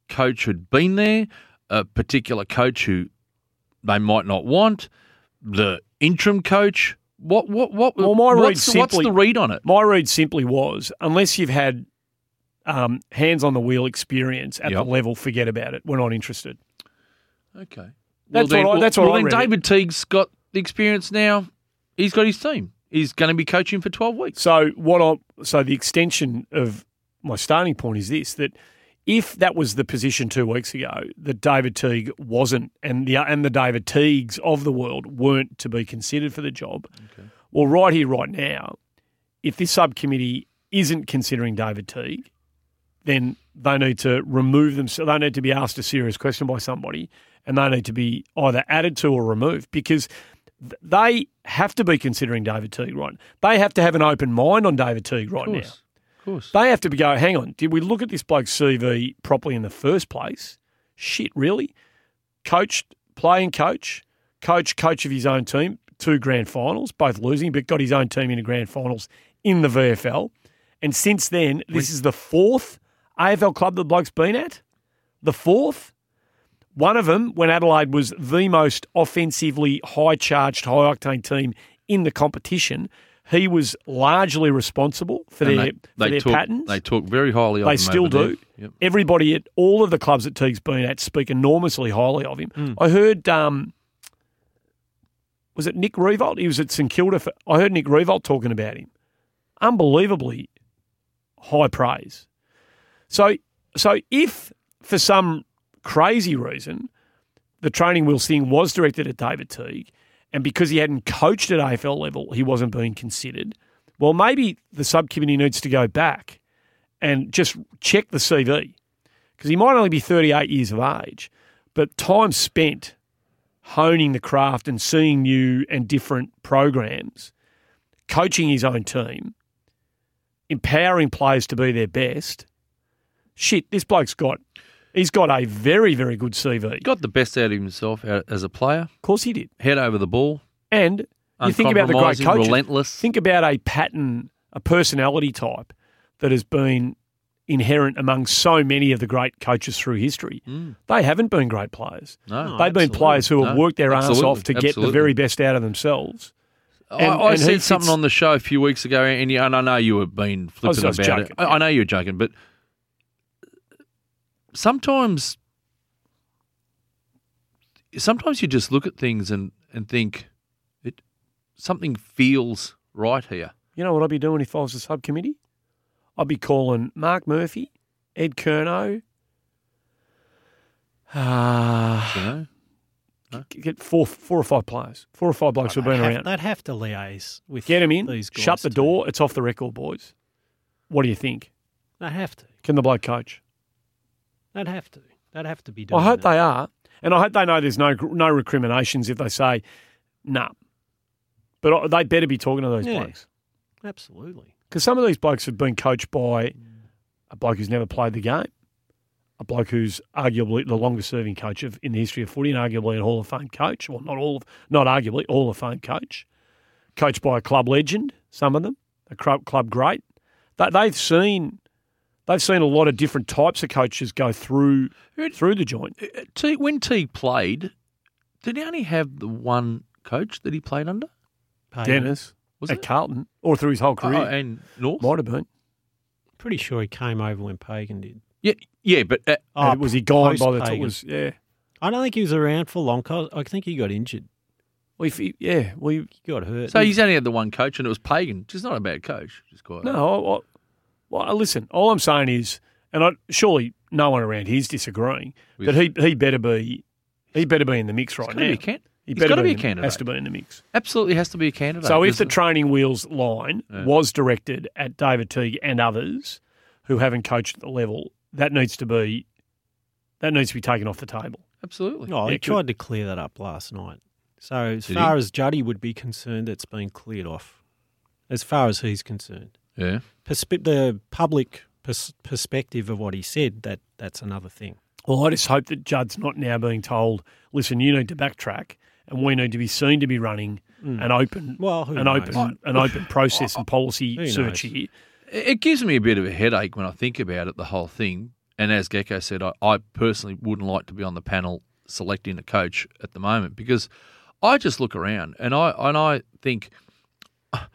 coach who'd been there, a particular coach who they might not want, the interim coach. What what what?
Well, my read
what's, what's
simply-
the read on it?
My read simply was unless you've had um, hands on the wheel experience at the
Yep.
level, forget about it. We're not interested.
Okay, well,
That's
then,
what I-
well-
that's what
well,
I
then
read it.
David Teague's got the experience now. He's got his team. He's going to be coaching for twelve weeks.
So what I so the extension of my starting point is this that if that was the position two weeks ago that David Teague wasn't and the and the David Teagues of the world weren't to be considered for the job, well right here right now, if this subcommittee isn't considering David Teague, then they need to remove themselves. They need to be asked a serious question by somebody, and they need to be either added to or removed because th- they have to be considering David Teague right. They have to have an open mind on David Teague right
Of
now.
course, of course.
They have to be go. Hang on, did we look at this bloke's CV properly in the first place? Shit, really? Coached, playing coach, coach, coach of his own team, two grand finals, both losing, but got his own team into grand finals in the VFL. And since then, this is the fourth AFL club the bloke's been at. The fourth. One of them, when Adelaide was the most offensively high charged, high octane team in the competition, He was largely responsible for
And
their,
they,
for
they
their
talk,
patterns.
They talk very highly of
They
him
still
over there.
do.
Yep.
Everybody at all of the clubs that Teague's been at speak enormously highly of him. I heard, um, was it Nick Revolt? He was at St Kilda. For, I heard Nick Revolt talking about him. Unbelievably high praise. So, so if for some crazy reason the training wheels thing was directed at David Teague, and because he hadn't coached at AFL level, he wasn't being considered. Well, maybe the subcommittee needs to go back and just check the CV because he might only be 38 years of age, but time spent honing the craft and seeing new and different programs, coaching his own team, empowering players to be their best. Shit, this bloke's got he's got a very very good CV.
He got the best out of himself out- as a player.
Of course he did.
Head over the ball.
And you think about the great
uncompromising,
coaches.
relentless.
Think about a pattern, a personality type that has been inherent among so many of the great coaches through history. They haven't been great players.
Hmm,
They've
No,
been
Oh, absolutely.
players who have
No,
worked their arse
absolutely,
off to get the
absolutely.
very best out of themselves. and-
I, I
and he
said
fits-
something on the show a few weeks ago, and, you, and I know you were being
I was-
flippant
I was
about
joking,
it. I, I know you're joking, but sometimes, sometimes you just look at things and, and think it something feels right here.
You know what I'd be doing if I was a subcommittee? I'd be calling Mark Murphy, Ed Kerno. Ah,
You know,
get four, four or five players, four or five blokes who've been
They'd have-
around.
They'd have to liaise with
Get him in.
These guys
Shut the
too.
door. It's off the record, boys. What do you think?
They'd have to.
Can the bloke coach?
They'd have to. They'd have to be doing.
I hope
that.
they are, and I hope they know there's no no recriminations if they say, nah. But I- they better be talking to those
Yeah.
blokes
they absolutely.
because some of these blokes have been coached by a bloke who's never played the game, a bloke who's arguably the longest serving coach of, in the history of footy, and arguably an Hall of Fame coach. Well, not all, of, not arguably Hall of Fame coach, coached by a club legend. Some of them, a club club great. They, they've seen, they've seen a lot of different types of coaches go through
Who'd-
through the joint.
Uh, T, when T played, did he only have the one coach that he played under?
Payton.
Dennis
Was
at
it?
Carlton or through his whole
Oh,
career.
and North?
Might have been.
Pretty sure he came over when Pagan did.
Yeah, yeah, but uh,
Oh,
was he gone by the
post-Pagan.
time? it Was yeah.
I don't think he was around for long. 'cause I think he got injured.
Well, if he, yeah. Well, you,
He got hurt.
so he's only had the one coach, and it was Pagan, which is not a bad coach. Just quite
no. I, I, well, I- listen. All I'm saying is, and I, surely no one around here's disagreeing that he he better be he better be in the mix right
He's
now.
gotta be a can-
he
he's
better
gotta be
in
a
the-
candidate.
Has to be in the mix.
Absolutely has to be a candidate.
So if
There's
the
a-
training wheels line was directed at David Teague and others who haven't coached at the level, that needs to be that needs to be taken off the table.
absolutely.
No,
Yeah,
Oh, he
good.
tried to clear that up last night. So as
Did he?
far as Juddy would be concerned, it's been cleared off. As far as he's concerned,
Yeah.
Perspe- the public pers- perspective of what he said that that's another thing.
Well, I just hope that Judd's not now being told, listen, you need to backtrack and we need to be seen to be running
Mm.
an open
Well, who
an
knows?
open an open process and policy
Who
search
knows?
here.
It it gives me a bit of a headache when I think about it, the whole thing. And as Gecko said, I, I personally wouldn't like to be on the panel selecting a coach at the moment because I just look around and I and I think "Ah,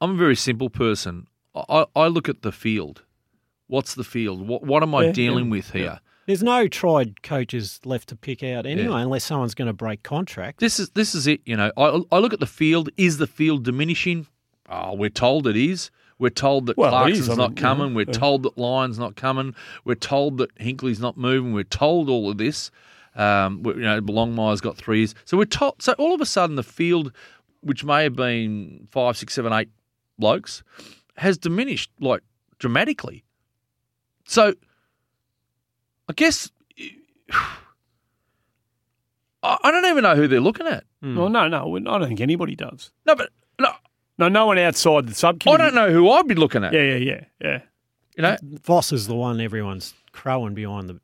I'm a very simple person. I, I I look at the field. What's the field? What what am I
Yeah,
dealing
yeah,
with here?
There's no tried coaches left to pick out anyway, unless someone's going to break contract.
This is this is it. You know, I I look at the field. Is the field diminishing? Oh, we're told it is. We're told that
Well, it
Clarkson's
is, I mean,
not coming.
yeah,
We're
yeah.
told that Lyon's not coming. We're told that Hinkley's not moving. We're told all of this. Um, we- you know, Longmire's got three years. So we're told. So all of a sudden, the field, which may have been five, six, seven, eight blokes, has diminished like dramatically. So I guess I, I don't even know who they're looking at.
Well, no, no, we- I don't think anybody does.
No, but no,
No, no one outside the
I
subcommittee.
don't know who I'd be looking at.
Yeah, yeah, yeah, yeah.
You know,
Voss is the one everyone's crowing behind the.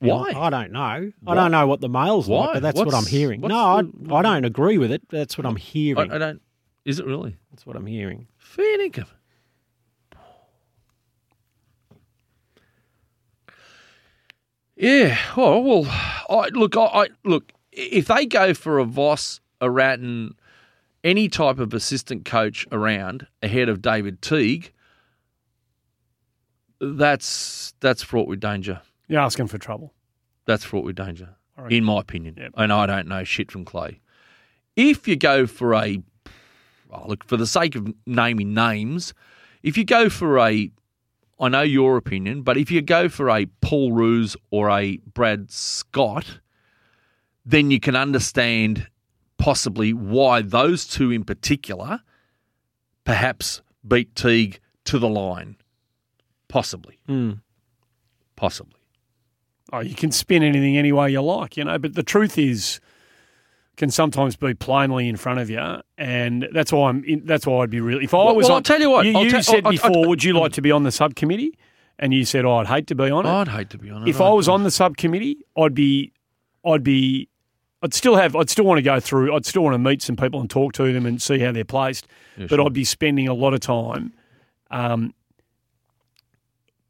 Why?
I don't know. I don't know what the mail's
Why?
like, but that's what I'm
What's-
hearing. No,
what's
I,
the-
I don't agree with it. but That's what I'm
I,
hearing.
I don't. Is it really
that's what I'm hearing.
fair income? Yeah. Oh well. I look. I, I look. If they go for a Voss, a Ratton, any type of assistant coach around ahead of David Teague, that's that's fraught with danger.
You're asking for trouble.
That's fraught with danger,
I reckon.
in my opinion.
Yep.
And I don't know shit from Clay. If you go for a, oh, look, for the sake of naming names, if you go for a, I know your opinion, but if you go for a Paul Ruse or a Brad Scott, then you can understand possibly why those two in particular perhaps beat Teague to the line. Possibly.
Hmm.
Possibly.
Oh, you can spin anything any way you like, you know. But the truth is, can sometimes be plainly in front of you, and that's why I'm. In, that's why I'd be really. If I
Well-
was,
well,
on-
I'll tell you what,
You,
I'll
you
tell-
said
I'll- I'll-
before, would you like to be on the subcommittee? And you said, oh, I'd hate to be on it.
I'd hate to be on it.
if I was on the subcommittee, I'd be, I'd be, I'd still have, I'd still want to go through, I'd still want to meet some people and talk to them and see how they're placed. but I'd be spending a lot of time um,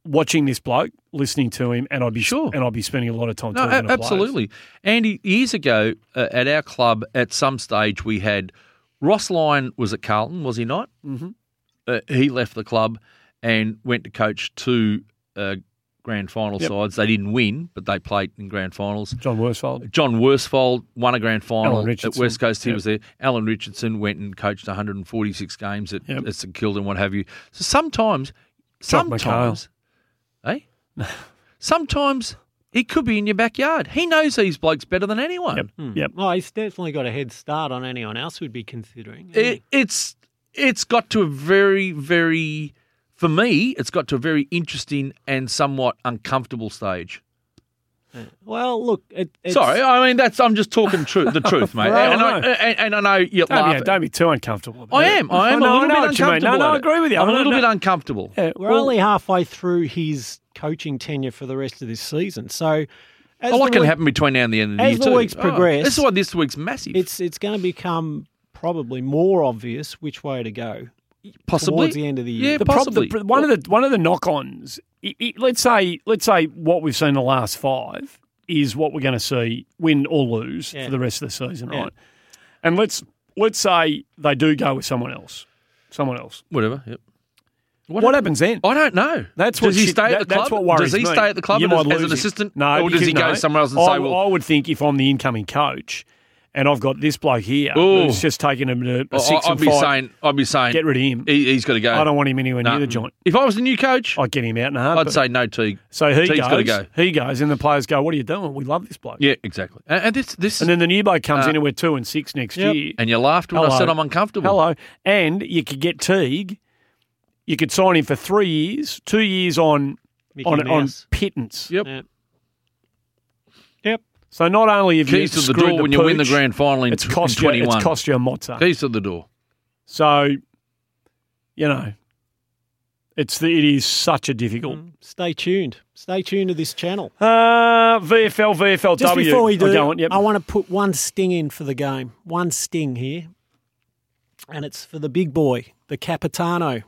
watching this bloke, listening to him, and I'd be
Sure.
and I'd be spending a lot of time
No,
talking
a-
to players.
absolutely. Andy, years ago uh, at our club, at some stage, we had Ross Lyon was at Carlton, was he not?
Mhm.
Uh, he left the club and went to coach two uh, grand final
Yep.
sides. They didn't win, but they played in grand finals.
John Worsfold.
John Worsfold won a grand final
Alan
at
Richardson.
West Coast. He
Yep.
was there. Alan Richardson went and coached 146 games at,
Yep.
at St Kilda and what have you. So sometimes,
Chuck McHale.
sometimes, eh? sometimes it could be in your backyard. He knows these blokes better than anyone.
Yep. Yep.
Oh, he's definitely got a head start on anyone else would be considering.
It, it's it's got to a very very for me. It's got to a very interesting and somewhat uncomfortable stage.
well, look, it, it's,
Sorry, I mean that's I'm just talking tru- the truth, mate.
Right,
and,
I
I,
know.
and, and I know you're
Don't be,
laughing.
don't be too uncomfortable. about
I
it.
am. I am
know,
a little
know what
bit
you mean. No,
uncomfortable.
no,
at
I
it.
agree with you.
I'm a
No,
little
no.
bit uncomfortable.
Yeah,
We're
well,
only halfway through his coaching tenure for the rest of this season. So, as
A lot
the
can
week-
happen between now and the end of the
as
year.
the
too.
weeks
Oh,
progress,
this is why this week's massive.
It's it's going to become probably more obvious which way to go.
possibly
towards the end of the year.
Yeah,
the prob-
possibly.
the, pr- one of the one of the knock-ons. i i let's say let's say what we've seen the last five is what we're going to see win or lose
Yeah.
for the rest of the season,
Yeah.
right? And let's let's say they do go with someone else, someone else.
whatever. Yep. What,
What, happens then?
I don't know.
That's what
does he
shit-
stay
that-
at the club?
That's what worries
does
me.
he stay at the club
You
and as,
might lose
as an
him.
assistant,
No,
or does he
because-
go
no.
somewhere else and
I,
say, "Well,
I would think if I'm the incoming coach, and I've got this bloke here
Ooh.
who's just taken him to a
I-
six
I'd
and
be
five,
saying, I'd be saying,
get rid of him.
he, has got to go."
I don't want him anywhere
Nah.
near the joint.
If I was the new coach,
I'd get him out in a
I'd
heartbeat.
say no Teague.
so he
Teague's gotta
goes,
go.
he goes, and the players go, "What are you doing? We love this bloke."
Yeah, exactly. And, and this, this,
And then the new bloke comes
Uh,
in, and we're two and six next
Yep.
year.
and you laughed when I
Hello.
said I'm uncomfortable.
Hello, and you could get Teague. You could sign him for three years, two years on
Mickey
on on
Mouse.
pittance.
Yep.
Yeah. Yep.
So not only have
Keys
you
to the
screwed
door when you win the
pooch,
grand final in,
it's
tw- in
cost you,
21.
it's cost you a mozza.
Keys to the door.
So, you know, it's the, it is such a difficult.
Mm. Stay tuned. Stay tuned to this channel.
Uh, VFL, VFLW.
Just before we do,
Oh, go on, yep.
I want to put one sting in for the game. One sting here. And it's for the big boy, the Capitano.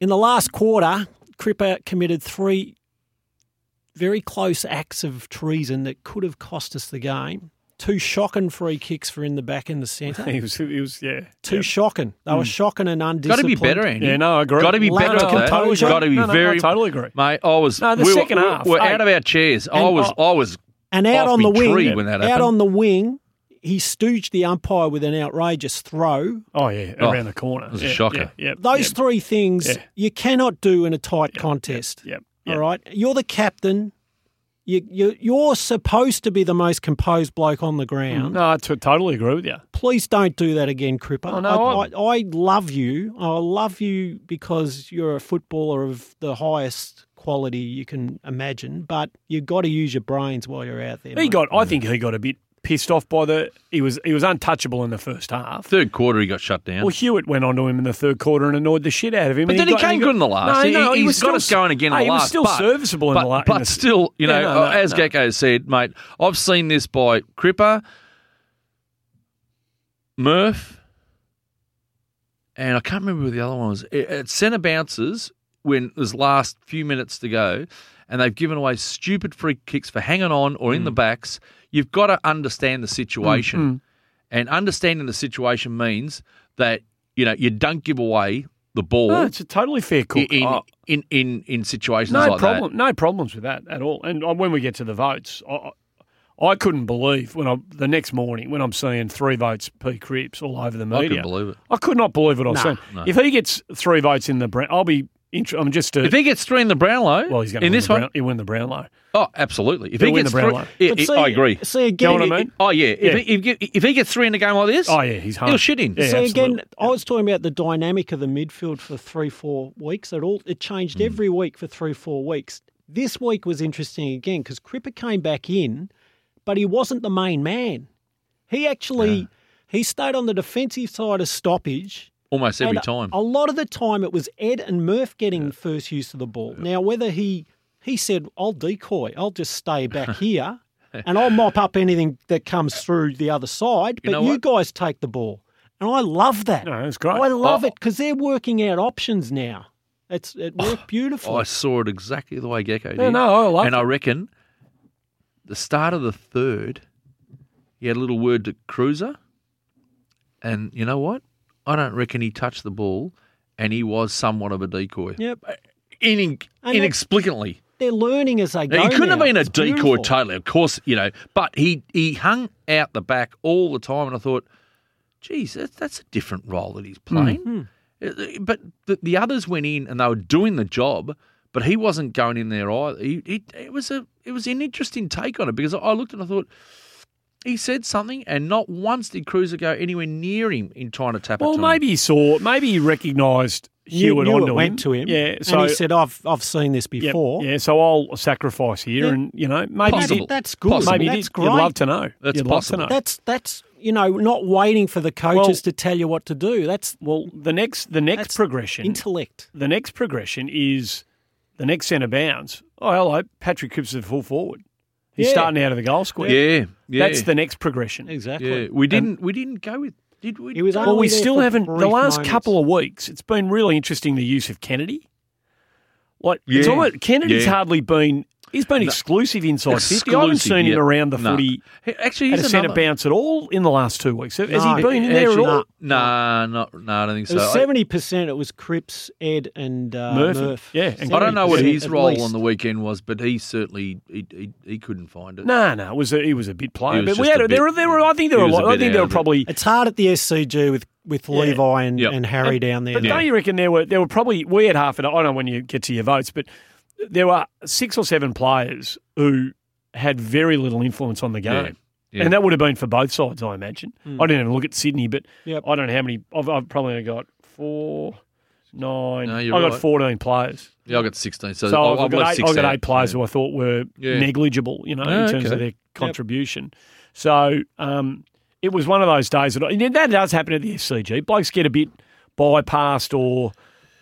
In the last quarter, Cripper committed three very close acts of treason that could have cost us the game. Two shocking free kicks for in the back and the centre.
he was, he was, yeah,
Two
yeah.
shocking. They were shocking and
Got to
undisciplined.
be better, eh? Andy.
Yeah, no, I agree.
Got to be
Lack
better
of
at that.
composure.
Got to be
No, no, I
very.
totally agree.
Mate, I was.
No, the
we
second
were, we
half,
We're
hey.
out of our chairs. I
And-
was. I was.
And out
off
on the
me
wing,
tree when that
out
happened.
on the wing, he stooged the umpire with an outrageous throw.
Oh yeah,
Oh,
around the corner. It
was a shocker.
Yeah, yeah,
Those three things
Yeah.
you cannot do in a tight contest.
yeah, yeah.
All right, you're the captain. You, you you're supposed to be the most composed bloke on the ground.
No, I t- totally agree with you.
Please don't do that again, Cripper.
Oh, no,
I, I, I love you. I love you because you're a footballer of the highest quality you can imagine. But you got to use your brains while you're out there.
He
mate.
got. I think he got a bit pissed off by the. He was he was untouchable in the first half.
Third quarter, he got shut down.
Well, Hewitt went onto him in the third quarter and annoyed the shit out of him.
But
and
then he
got-
came
got-
good in the last.
No,
He-
no,
he-
he
he's
was
got
still-
us going again in
hey,
the
he was
last,
still
but-
serviceable in
but,
the last.
But still, you know,
Yeah, no,
uh,
no,
as
no.
Gecko said, mate, I've seen this by Cripper, Murph, and I can't remember who the other one was. It- At centre bounces, when there's last few minutes to go, and they've given away
Mm.
stupid free kicks for hanging on or in the backs, you've got to understand the situation. And understanding the situation means that you know you don't give away the ball
No, it's a totally fair call.
in,
Oh,
in in in situations
no
like
problem. No problems with that at all. And uh, when we get to the votes, I, I- I couldn't believe when I the next morning when I'm seeing three votes P Cripps all over the
that. I
media.
couldn't believe it.
I could not believe what I was
Nah,
saying.
no.
If he gets three votes in the Brown, I'll be. Intro- I'm just. A,
If he gets three in the Brownlow,
well, he's going to win
in this
the
one,
Brown, he'll win the Brownlow.
oh, absolutely. If he
He'll win
gets
the
three,
Brownlow.
yeah,
But see,
I agree.
See
You
again,
know what I mean?
Oh yeah,
Yeah.
If, he, if, if he gets three in a game like this,
Oh yeah, he's home.
he'll shit in.
Yeah,
See again,
absolutely.
I was talking about the dynamic of the midfield for three, four weeks. It all it
Mm.
changed every week for three, four weeks. This week was interesting again because Cripper came back in, but he wasn't the main man. He actually he stayed on the defensive side of stoppage.
Almost every
uh,
and
time.
oh,
A lot of the time it was Ed and Murph getting the first use of the ball. Now whether he he said, I'll decoy, I'll just stay back here and I'll mop up anything that comes through the other side, but
know
you
what?
guys take the ball. And I love that.
No, it's great.
I love
Oh.
it because they're working out options now. It's it worked beautifully.
Oh, I saw it exactly the way Gecko did.
Yeah, no, I love
and
it.
I reckon the start of the third, he had a little word to Cruiser, and you know what? I don't reckon he touched the ball, and he was somewhat of a decoy.
Yep,
In,
that-
inexplicably,
they're learning as they go.
now, he couldn't have
now.
been a
It's
decoy
beautiful.
totally, of course, you know. But he he hung out the back all the time, and I thought, geez, that's, that's a different role that
Hmm.
he's playing. Uh, But the, the others went in and they were doing the job, but he wasn't going in there either. He, he, it was a it was an interesting take on it because I looked and I thought. He said something, and not once did Cruiser go anywhere near him in trying to tap it.
Well,
to him.
maybe he saw. Maybe he recognised
You
Hewitt
knew
onto
it went
him.
to him.
Yeah. So
and he said, "I've I've seen this
yeah,
before."
Yeah. So I'll sacrifice here,
Yeah.
and you know, maybe he
Maybe
Possible.
did.
That's good.
Possible.
Maybe he
that's
did.
great.
You'd love to know.
That's
You'd
possible.
love to know.
That's that's you know not waiting for the coaches
Well-
to tell you what to do. That's
well, the next the next
That's
progression.
intellect.
the next progression is the next centre bounds. Oh, hello, Patrick Cripps is a full forward. He's
Yeah.
starting out of the goal square.
yeah, yeah,
That's the next progression.
Exactly.
yeah. We didn't, we didn't go with, did we?
He was
Well,
only
we
there
still
for
haven't. The
brief
last
moments.
couple of weeks, it's been really interesting the use of Kennedy. Like it's
Yeah.
almost Kennedy's
Yeah.
hardly been. He's been exclusive inside fifty. I haven't
Exclusive,
seen him
yeah.
around the
No.
footy
Hey, Actually,
at
he's
a centre
another-
bounce at all in the last two weeks. Has he
No.
been in there at
Actually,
all?
Nah, not, no, I don't think
It was
so. I-
seventy percent. It was Cripps, Ed, and uh,
Murphy.
Murph.
Yeah, and
I don't know what
70%
his
at
role
least.
on the weekend was, but he certainly he, he, he couldn't find it.
No, no, it was a, he was a bit player,
He
but
was
we
just
had
a
a, there
bit-
were there were I think there
he
were a
was a
lot, I
bit
think
out
there were
of it.
probably
It's hard at the SCG with with Levi and,
Yep.
and Harry down there.
But
now.
don't you reckon there were there were probably we had half an I don't know when you get to your votes, but there were six or seven players who had very little influence on the game.
yeah.
And that would have been for both sides, I imagine. I didn't even look at Sydney, but
Yep.
I don't know how many. I've, I've probably only got four, nine.
No,
I
you're
got
right.
fourteen players,
Yeah, I got sixteen. So,
so,
I- I've,
I've,
left
got eight,
six
I've got
out.
eight players who I thought were
Yeah.
negligible, you know,
Ah,
in terms
okay.
of their contribution. So um, it was one of those days that and that does happen at the SCG. Blokes get a bit bypassed or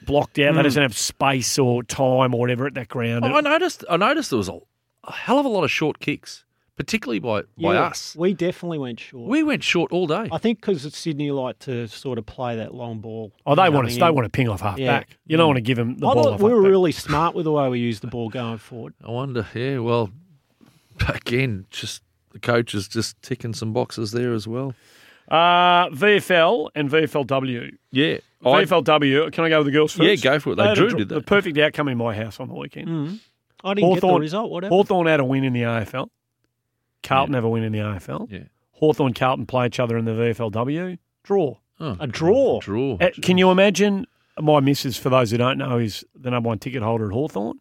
blocked out. They just don't have space or time or whatever at that ground.
Hmm. Oh, I noticed. I noticed there was a, a hell of a lot of short kicks, particularly by by
Yeah,
us.
We definitely went short.
We went short all day.
I think because Sydney like to sort of play that long ball.
oh, they want
coming
to
in.
they want to ping off half
Yeah.
back. You
Hmm.
don't want to give them the
I
ball. Off
thought we were
halfback.
really smart with the way we used the ball going forward.
I wonder. Yeah. Well, again, just the coach is just ticking some boxes there as well.
Uh, VFL and VFLW.
Yeah. I-
VFLW, can I go with the girls first?
Yeah, go for it. They
had a
drew,
dr-
did they?
The perfect outcome in my house on the weekend.
I didn't get the
Hawthorn-
result. Whatever.
Hawthorn had a win in the AFL. Carlton have a win in the AFL.
yeah.
Hawthorn Carlton play each other in the VFLW. Draw.
Oh,
A draw.
draw.
Uh, Can you imagine my missus, for those who don't know, is the number one ticket holder at Hawthorn.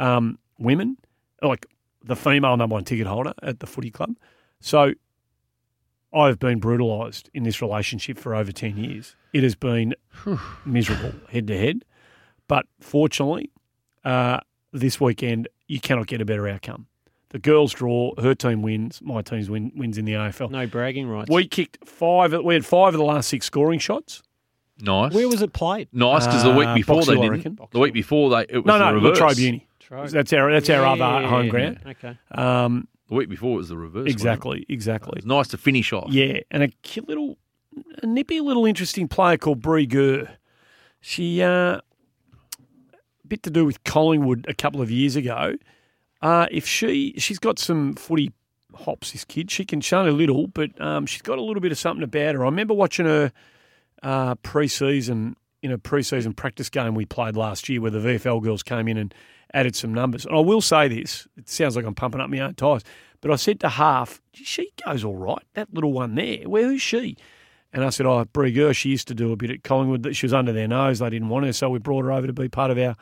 Um, women, like the female number one ticket holder at the footy club. So I've been brutalised in this relationship for over 10 years. It has been miserable head to head. But fortunately, uh, this weekend, you cannot get a better outcome. The girls draw, her team wins, my team win, wins in the AFL.
No bragging rights.
We kicked five, we had five of the last six scoring shots.
nice.
Where was it played?
nice because the week
Uh,
before
Box Hill,
they
I
didn't.
reckon.
The week before they. It was
No,
the
no, La
reverse.
Tribune. That's our that's our other
Yeah,
home
yeah,
ground.
yeah. Okay.
Um,
The week before it was the reverse. wasn't it?
exactly,
It
exactly.
was nice to finish off.
Yeah, and a cute little, a nippy little interesting player called Brie Gurr. She uh, bit to do with Collingwood a couple of years ago. Uh, if she she's got some footy hops. This kid, she can shun a little, but um, she's got a little bit of something about her. I remember watching her uh, pre-season in a pre-season practice game we played last year, where the VFL girls came in and added some numbers. And I will say this: it sounds like I'm pumping up my own tyres, but I said to half, she goes all right. That little one there, where is she? And I said, oh, Brie Gurr, she used to do a bit at Collingwood. That She was under their nose. They didn't want her, so we brought her over to be part of our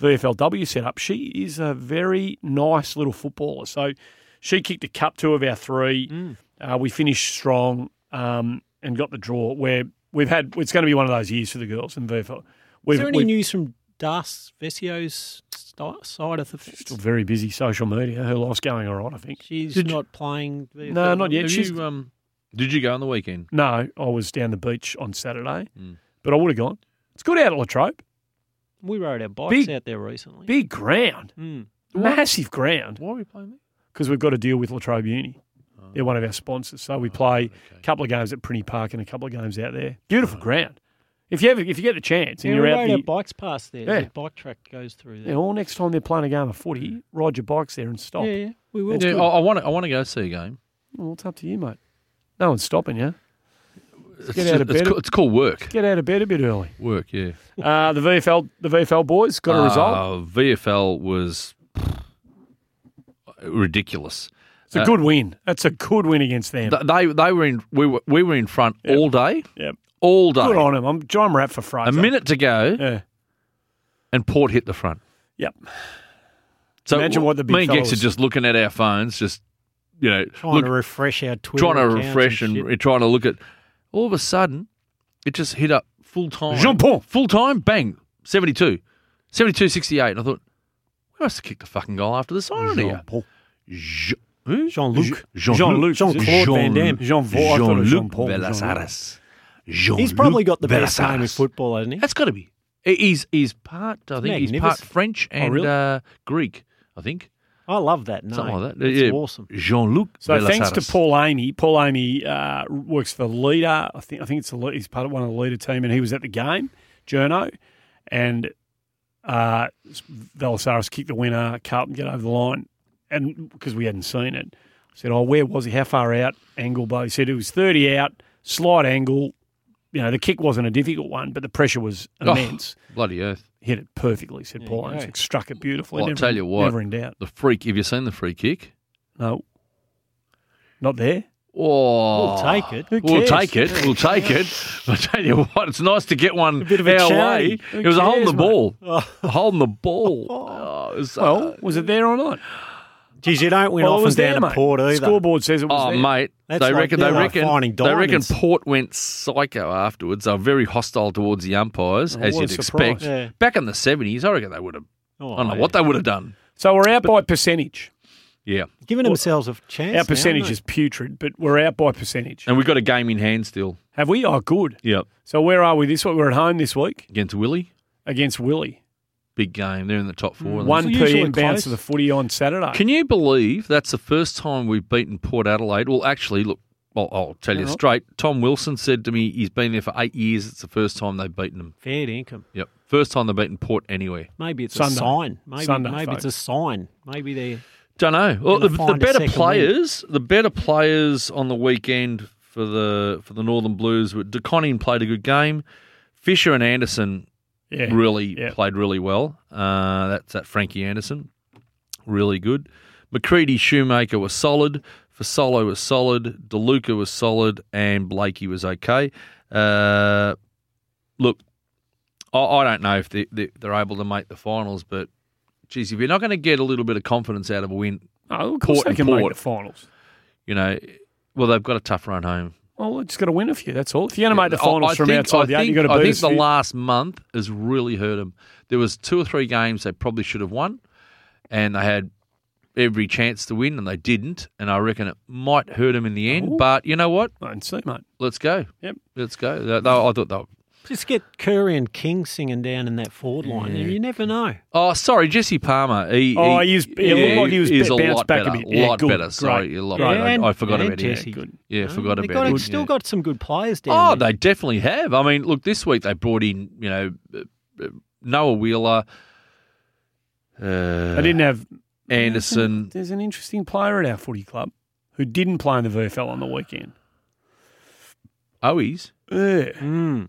VFLW setup. She is a very nice little footballer. So she kicked a cup, two of our three.
Mm.
Uh, we finished strong um, and got the draw. Where we've had, it's going to be one of those years for the girls in VFL. We've,
Is there any
we've-
news from Das Vesio's st- side of the
still
fence?
very busy social media. Her life's going all right, I think.
She's
Did you-
not playing. The
No, not yet.
Have
She's-
you, um, did you go on the weekend?
No, I was down the beach on Saturday,
Mm.
but I would have gone. It's good out at Latrobe.
We rode our bikes
Big-
out there recently.
Big ground,
Mm.
massive ground.
Why are we playing that?
because we've got to deal with Latrobe Uni.
Oh.
They're one of our sponsors, so we play
okay. Oh.
a couple of games at Prinny Park and a couple of games out there. Beautiful ground. If you ever, if you get the chance and
Yeah,
you're
we
out
rode
there,
our bikes past there.
Yeah.
The bike track goes through
yeah,
there.
all next time they're playing a game of footy, ride your bikes there and uh, stop.
Yeah, yeah, we will.
Yeah, I, I want to. I want to go see a game.
Well, it's up to you, mate. No one's stopping you.
It's,
get out of
it's,
bed.
ca- it's called work.
Get out of bed a bit early.
Work, yeah.
Uh, the VFL, the VFL boys got a result.
Uh, VFL was ridiculous.
It's a
uh,
good win. That's a good win against them.
Th- They they were in. We were we were in front all day.
Yep.
All day.
Good on them. I'm John Rapp for Fraser.
a minute to go,
Yeah.
and Port hit the front.
Yep.
So
Imagine what the big
me and
fella
Gex are
was-
just looking at our phones, just you know,
Trying
look,
to refresh our Twitter.
trying to
accounts
refresh and,
shit.
re- trying to look at. All of a sudden, it just hit up full time.
Jean Paul.
Full time, bang, 72. 72 68. And I thought, we must have kicked the fucking goal after the siren here.
Paul.
Je- who?
Jean-Luc.
Jean-
Jean-Luc.
Jean-
Jean-Claude Van Damme.
Jean-
Jean-Paul. I thought it was
Jean-Luc
Jean-Paul.
Bellasaras. Jean-Luc
He's probably got the best name in
Bellasaras.
football, hasn't he?
That's got to be. He- He's he's part. I think he's part
magnificent. Oh,
French and
really?
uh, Greek. I think
I love that name.
something like that.
It's
yeah.
awesome.
Jean-Luc.
So thanks to
Bellasaras.
Paul Amy. Paul Amy uh, works for Leader. I think I think it's the, Le- he's part of one of the Leader team, and he was at the game, Journo, and uh, Velasaris kicked the winner. Carlton get over the line, and because we hadn't seen it, I said, "Oh, where was he? How far out? Angle?" But he said it was thirty out, slight angle. You know, the kick wasn't a difficult one, but the pressure was
Oh.
immense.
Bloody earth!
Hit it perfectly," said
There
Paul
you
Amy.
go.
Like, Struck it beautifully.
Well, I'll
never,
tell you what.
never in doubt.
The freak. Have you seen the free kick?
No, not there.
Oh,
We'll take it.
Who
We'll
cares?
take it. We'll take it. I tell you what, it's nice to get one
bit of a
our
charity.
way.
Who
it was a holding the
cares,
ball, holding the ball. Oh, it was, uh,
Well, was it there or not?
Geez, you don't win
Well, it
often
was there,
down to
mate.
Port either.
Scoreboard says it was
oh
there.
mate,
That's
they
like-
reckon
they're
they
like
reckon
finding
they reckon
diamonds.
Port went psycho afterwards. They were very hostile towards the umpires,
Oh,
as
what
you'd
a surprise.
expect.
Yeah.
Back in the seventies, I reckon they would have.
Oh,
I don't know
yeah.
what they would have done.
So we're out by percentage.
Yeah,
Giving themselves a chance. now,
Our percentage
aren't
is putrid, but we're out by percentage.
and we've got a game in hand still.
Have we? Oh, good.
Yep,
So where are we this week? We're at home this week
against Willie,
against Willie.
big game. They're in the top four.
Mm.
One
It's usually
PM bounce
close.
of the footy on Saturday.
Can you believe that's the first time we've beaten Port Adelaide? Well, actually, look, I'll, I'll tell you
Yeah.
straight. Tom Wilson said to me he's been there for eight years. It's the first time they've beaten him.
they? Fair income.
Yep, first time they've beaten Port anywhere.
Maybe it's
Sunday.
a sign. Maybe,
Sunday,
maybe it's a sign. Maybe they're
Don't know. Well,
Gonna
the, the
find a
better
second
players, the better players on the weekend for the for the Northern Blues were DeConning played a good game. Fisher and Anderson
Yeah.
really
Yeah.
played really well. Uh, that's that Frankie Anderson, really good. McCready Shoemaker was solid. Fasolo was solid. DeLuca was solid, and Blakey was okay. Uh, look, I, I don't know if they, they, they're able to make the finals, but geez, if you're not going to get a little bit of confidence out of a win,
Oh, of course
Port
they
and
can
Port.
make the finals.
you know, well, they've got a tough run home.
Well, it's got to win a few. That's all. If you're going to make the
I-
finals
I
from
think-
outside the
I
eight,
think,
you've got to
I
beat
think
us.
the last month has really hurt them. There was two or three games they probably should have won, and they had every chance to win, and they didn't. And I reckon it might hurt them in the end.
Oh.
But you know what?
I don't see, mate.
Let's go.
Yep.
Let's go. They- they- I thought they. Were,
just get Curry and King singing down in that forward line. You- You never know.
oh, sorry, Jesse Palmer. He,
Oh, he was- he looked like he was
is
ba-
a
bounced
lot
back a
better.
bit. Yeah,
lot
good.
better. Sorry,
Great.
a lot
Great.
better.
And-
I forgot
and
about him.
Jesse.
Good.
Yeah,
No?
forgot
They've
about
got,
him.
Still
Yeah.
got some good players down
Oh,
there.
they definitely have. I mean, look, this week they brought in, you know, uh, uh, Noah Wheeler, uh,
I didn't have
Anderson. uh,
There's an interesting player at our footy club who didn't play in the VFL on the weekend.
Owies.
Ugh.
Mm.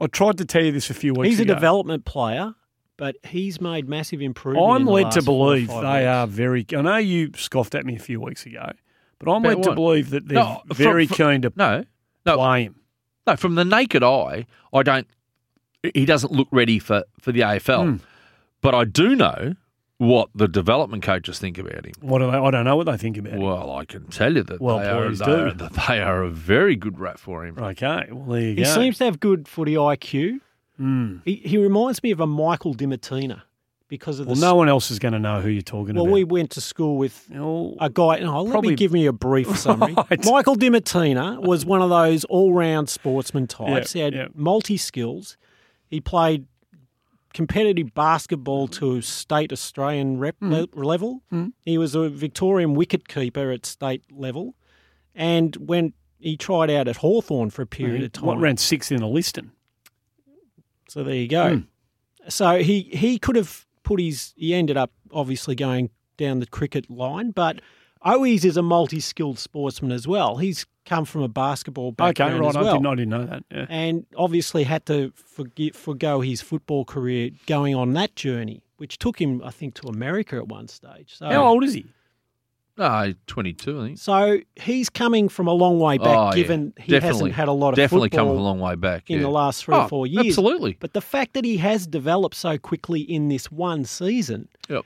I tried to tell you this a few weeks
He's a
ago.
development player, but he's made massive improvement.
I'm
in the
led
last
to
four or
believe they
five weeks.
are very. I know you scoffed at me a few weeks ago, but I'm
About
led to
what?
believe that they're
No, from-
very
from-
keen to
No, no,
play him.
no. From the naked eye, I don't. He doesn't look ready for for the
Hmm.
AFL, but I do know what the development coaches think about him.
What do they? I don't know what they think about
Well, I can tell you that
Well,
they, are,
please
they,
do.
are, that they are a very good rat for him.
it. Okay, well there you
He
go.
seems to have good footy IQ.
Mm.
He, he reminds me of a Michael Dimatina because of the.
Well, no one else is going to know who you're talking
well
about.
we went to school with
Oh,
a guy. No, let
Probably-
me give me a brief summary.
Right.
Michael Dimatina was one of those all-round sportsman types.
Yeah,
he had
yeah.
multi skills. He played competitive basketball to state Australian rep
Hmm.
le- level. He was a Victorian wicket keeper at state level, and when he tried out at Hawthorn for a period of time,
what ran sixth in the listing?
so there you
Hmm.
go. So he he could have put his. He ended up obviously going down the cricket line, but Owies is a multi-skilled sportsman as well. He's come from a basketball
Okay,
background
right.
as
I,
well,
didn't, I didn't know that. Yeah.
and obviously had to forgi forgo his football career going on that journey, which took him, I think, to America at one stage. So
How old is he?
No, twenty two. Ah, I think.
so he's coming from a long way back,
Oh, yeah.
given he
Definitely.
hasn't had a lot of
Definitely
football
come a long way back
in
yeah.
the last three or
Oh,
four years.
Absolutely.
But the fact that he has developed so quickly in this one season,
Yep.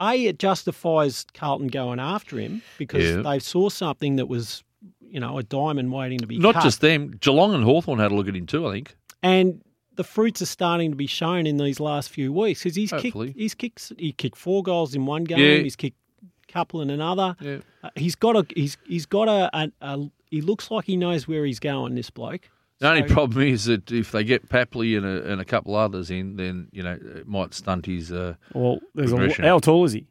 A, it justifies Carlton going after him because
Yeah.
they saw something that was, you know, a diamond waiting to be
Not
cut.
just them. Geelong and Hawthorn had a look at him too. I think.
and the fruits are starting to be shown in these last few weeks because he's
Hopefully.
kicked he's kicked he kicked four goals in one game,
Yeah.
he's kicked a couple in another.
Yeah.
Uh, he's got a he's he's got a, a, a he looks like he knows where he's going. This bloke.
The only
So-
problem is that if they get Papley and a, and a couple others in, then you know it might stunt his. Uh,
Well, there's a,
Progression.
how tall is he?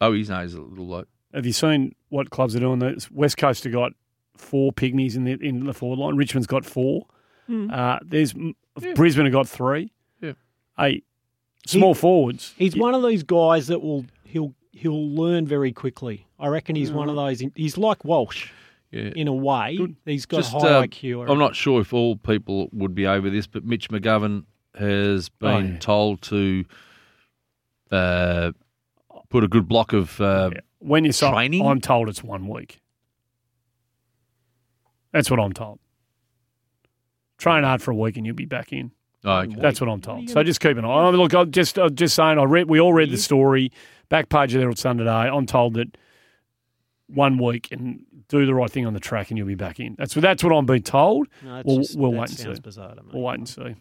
oh, his nose a little low.
Have you seen what clubs are doing? This? West Coast have got four pygmies in the in the forward line. Richmond's got four. Uh, there's Brisbane have got three.
Yeah.
Eight small forwards.
He's one of these guys that will he'll he'll learn very quickly. I reckon he's one of
Mm-hmm.
those. He's like Walsh
Yeah.
in a way. He's got
Just,
high
um,
uh,
IQ. I
I'm
reckon.
not sure if all people would be over this, but Mitch McGovern has been
Oh, yeah.
told to uh, put a good block of. Uh,
Yeah. When you say
Training?
I'm told it's one week. That's what I'm told. Train hard for a week and you'll be back in.
oh, okay.
That's what I'm
are
told.
you
So
gonna-
just keep an eye. Oh, look, I'm just I'm just saying. I read. We all read
Mm-hmm.
the story. Back page of the Herald Sun today. I'm told that one week and do the right thing on the track and you'll be back in. That's what that's what I'm being told.
No, it's
we'll-
just-
we'll
that
wait and see.
sounds Bizarre to me.
We'll wait and see.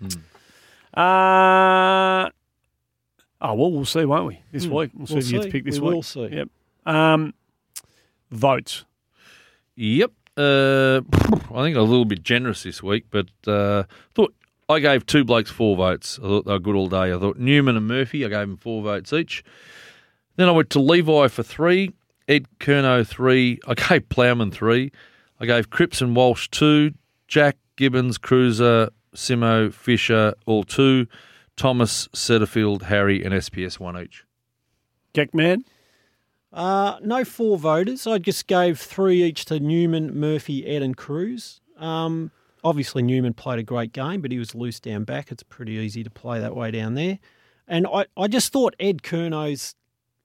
Hmm.
Uh, oh well, we'll see, won't we? This
Hmm.
week we'll see
We'll
if you get to pick this
we
week.
will see.
Yep. Um, votes.
Yep. Uh, I think a little bit generous this week, but uh, thought I gave two blokes four votes. I thought they were good all day. I thought Newman and Murphy, I gave them four votes each. Then I went to Levi for three, Ed Kerno three, I gave Plowman three, I gave Cripps and Walsh two, Jack Gibbons, Cruiser, Simo, Fisher, all two, Thomas, Setterfield, Harry, and SPS one each.
Jack man.
Uh, no four voters. I just gave three each to Newman, Murphy, Ed, and Cruz. Um, obviously, Newman played a great game, but he was loose down back. It's pretty easy to play that way down there. And I, I just thought Ed Kerno's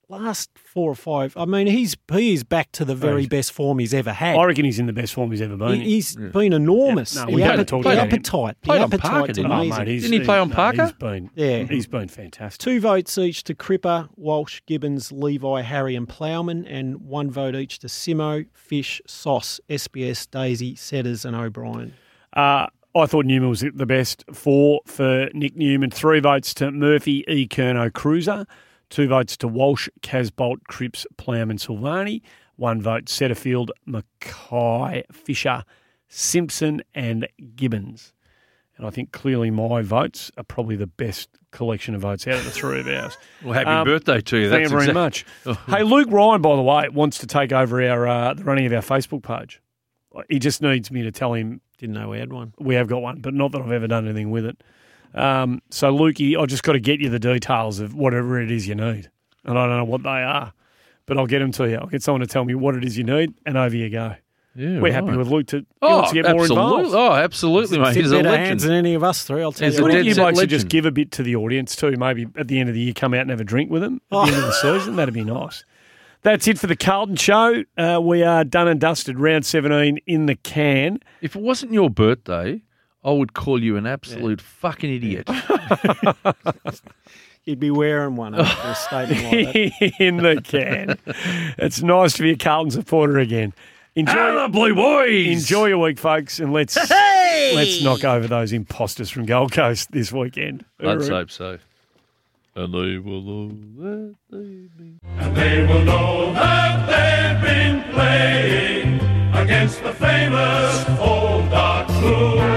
last four or five. I mean, he's he is back to the very
Right.
best form he's ever had.
I reckon he's in the best form he's ever been. in.
He, he's been enormous.
Yeah, no,
The
we haven't
appe-
talked
the
about him.
appetite. The
Played on
appetite's
Parker, didn't he?
Oh,
amazing.
mate, he's-
Didn't he play on
no,
Parker?
He's been,
Yeah.
he's been fantastic.
Two votes each to Cripper, Walsh, Gibbons, Levi, Harry, and Plowman, and one vote each to Simo, Fish, Sauce, SBS, Daisy, Setters, and O'Brien.
Uh, I thought Newman was the best. Four for Nick Newman. Three votes to Murphy, E. Kerno, Cruiser. Two votes to Walsh, Casbolt, Cripps, Plam, and Silvani. One vote Setterfield, Mackay, Fisher, Simpson, and Gibbons. And I think clearly my votes are probably the best collection of votes out of the three of ours.
Well, happy
Um,
birthday to you.
Thank you
That's
very
exact-
much. hey, Luke Ryan, by the way, wants to take over our uh, the running of our Facebook page. He just needs me to tell him
Didn't know we had one.
we have got one, but not that I've ever done anything with it. Um, so, Lukey, I just got to get you the details of whatever it is you need, and I don't know what they are. but I'll get them to you. I'll get someone to tell me what it is you need, and over you go.
Yeah,
We're happy with Luke to, he wants to get more
absolutely.
involved.
Oh, absolutely, mate.
Sit
He's a
better
legend.
hands than any of us three. I'll tell
He's
you.
a
what.
Why
dead
don't you
set
blokes should just
legend.
give a bit to the audience too? Maybe at the end of the year, come out and have a drink with them at the end of the
Oh.
season. That'd be nice. That's it for the Carlton show. Uh, we are done and dusted. Round 17 in the can.
If it wasn't your birthday, I would call you an absolute fucking idiot.
You'd be wearing one after a statement like that.
in the can. it's nice to be a Carlton supporter again. Enjoy,
Blue boys.
enjoy your week, folks, and let's let's knock over those imposters from Gold Coast this weekend.
Let's
Hooroo.
hope so. And they will know that they
They will know that they've been playing against the famous old dark blue.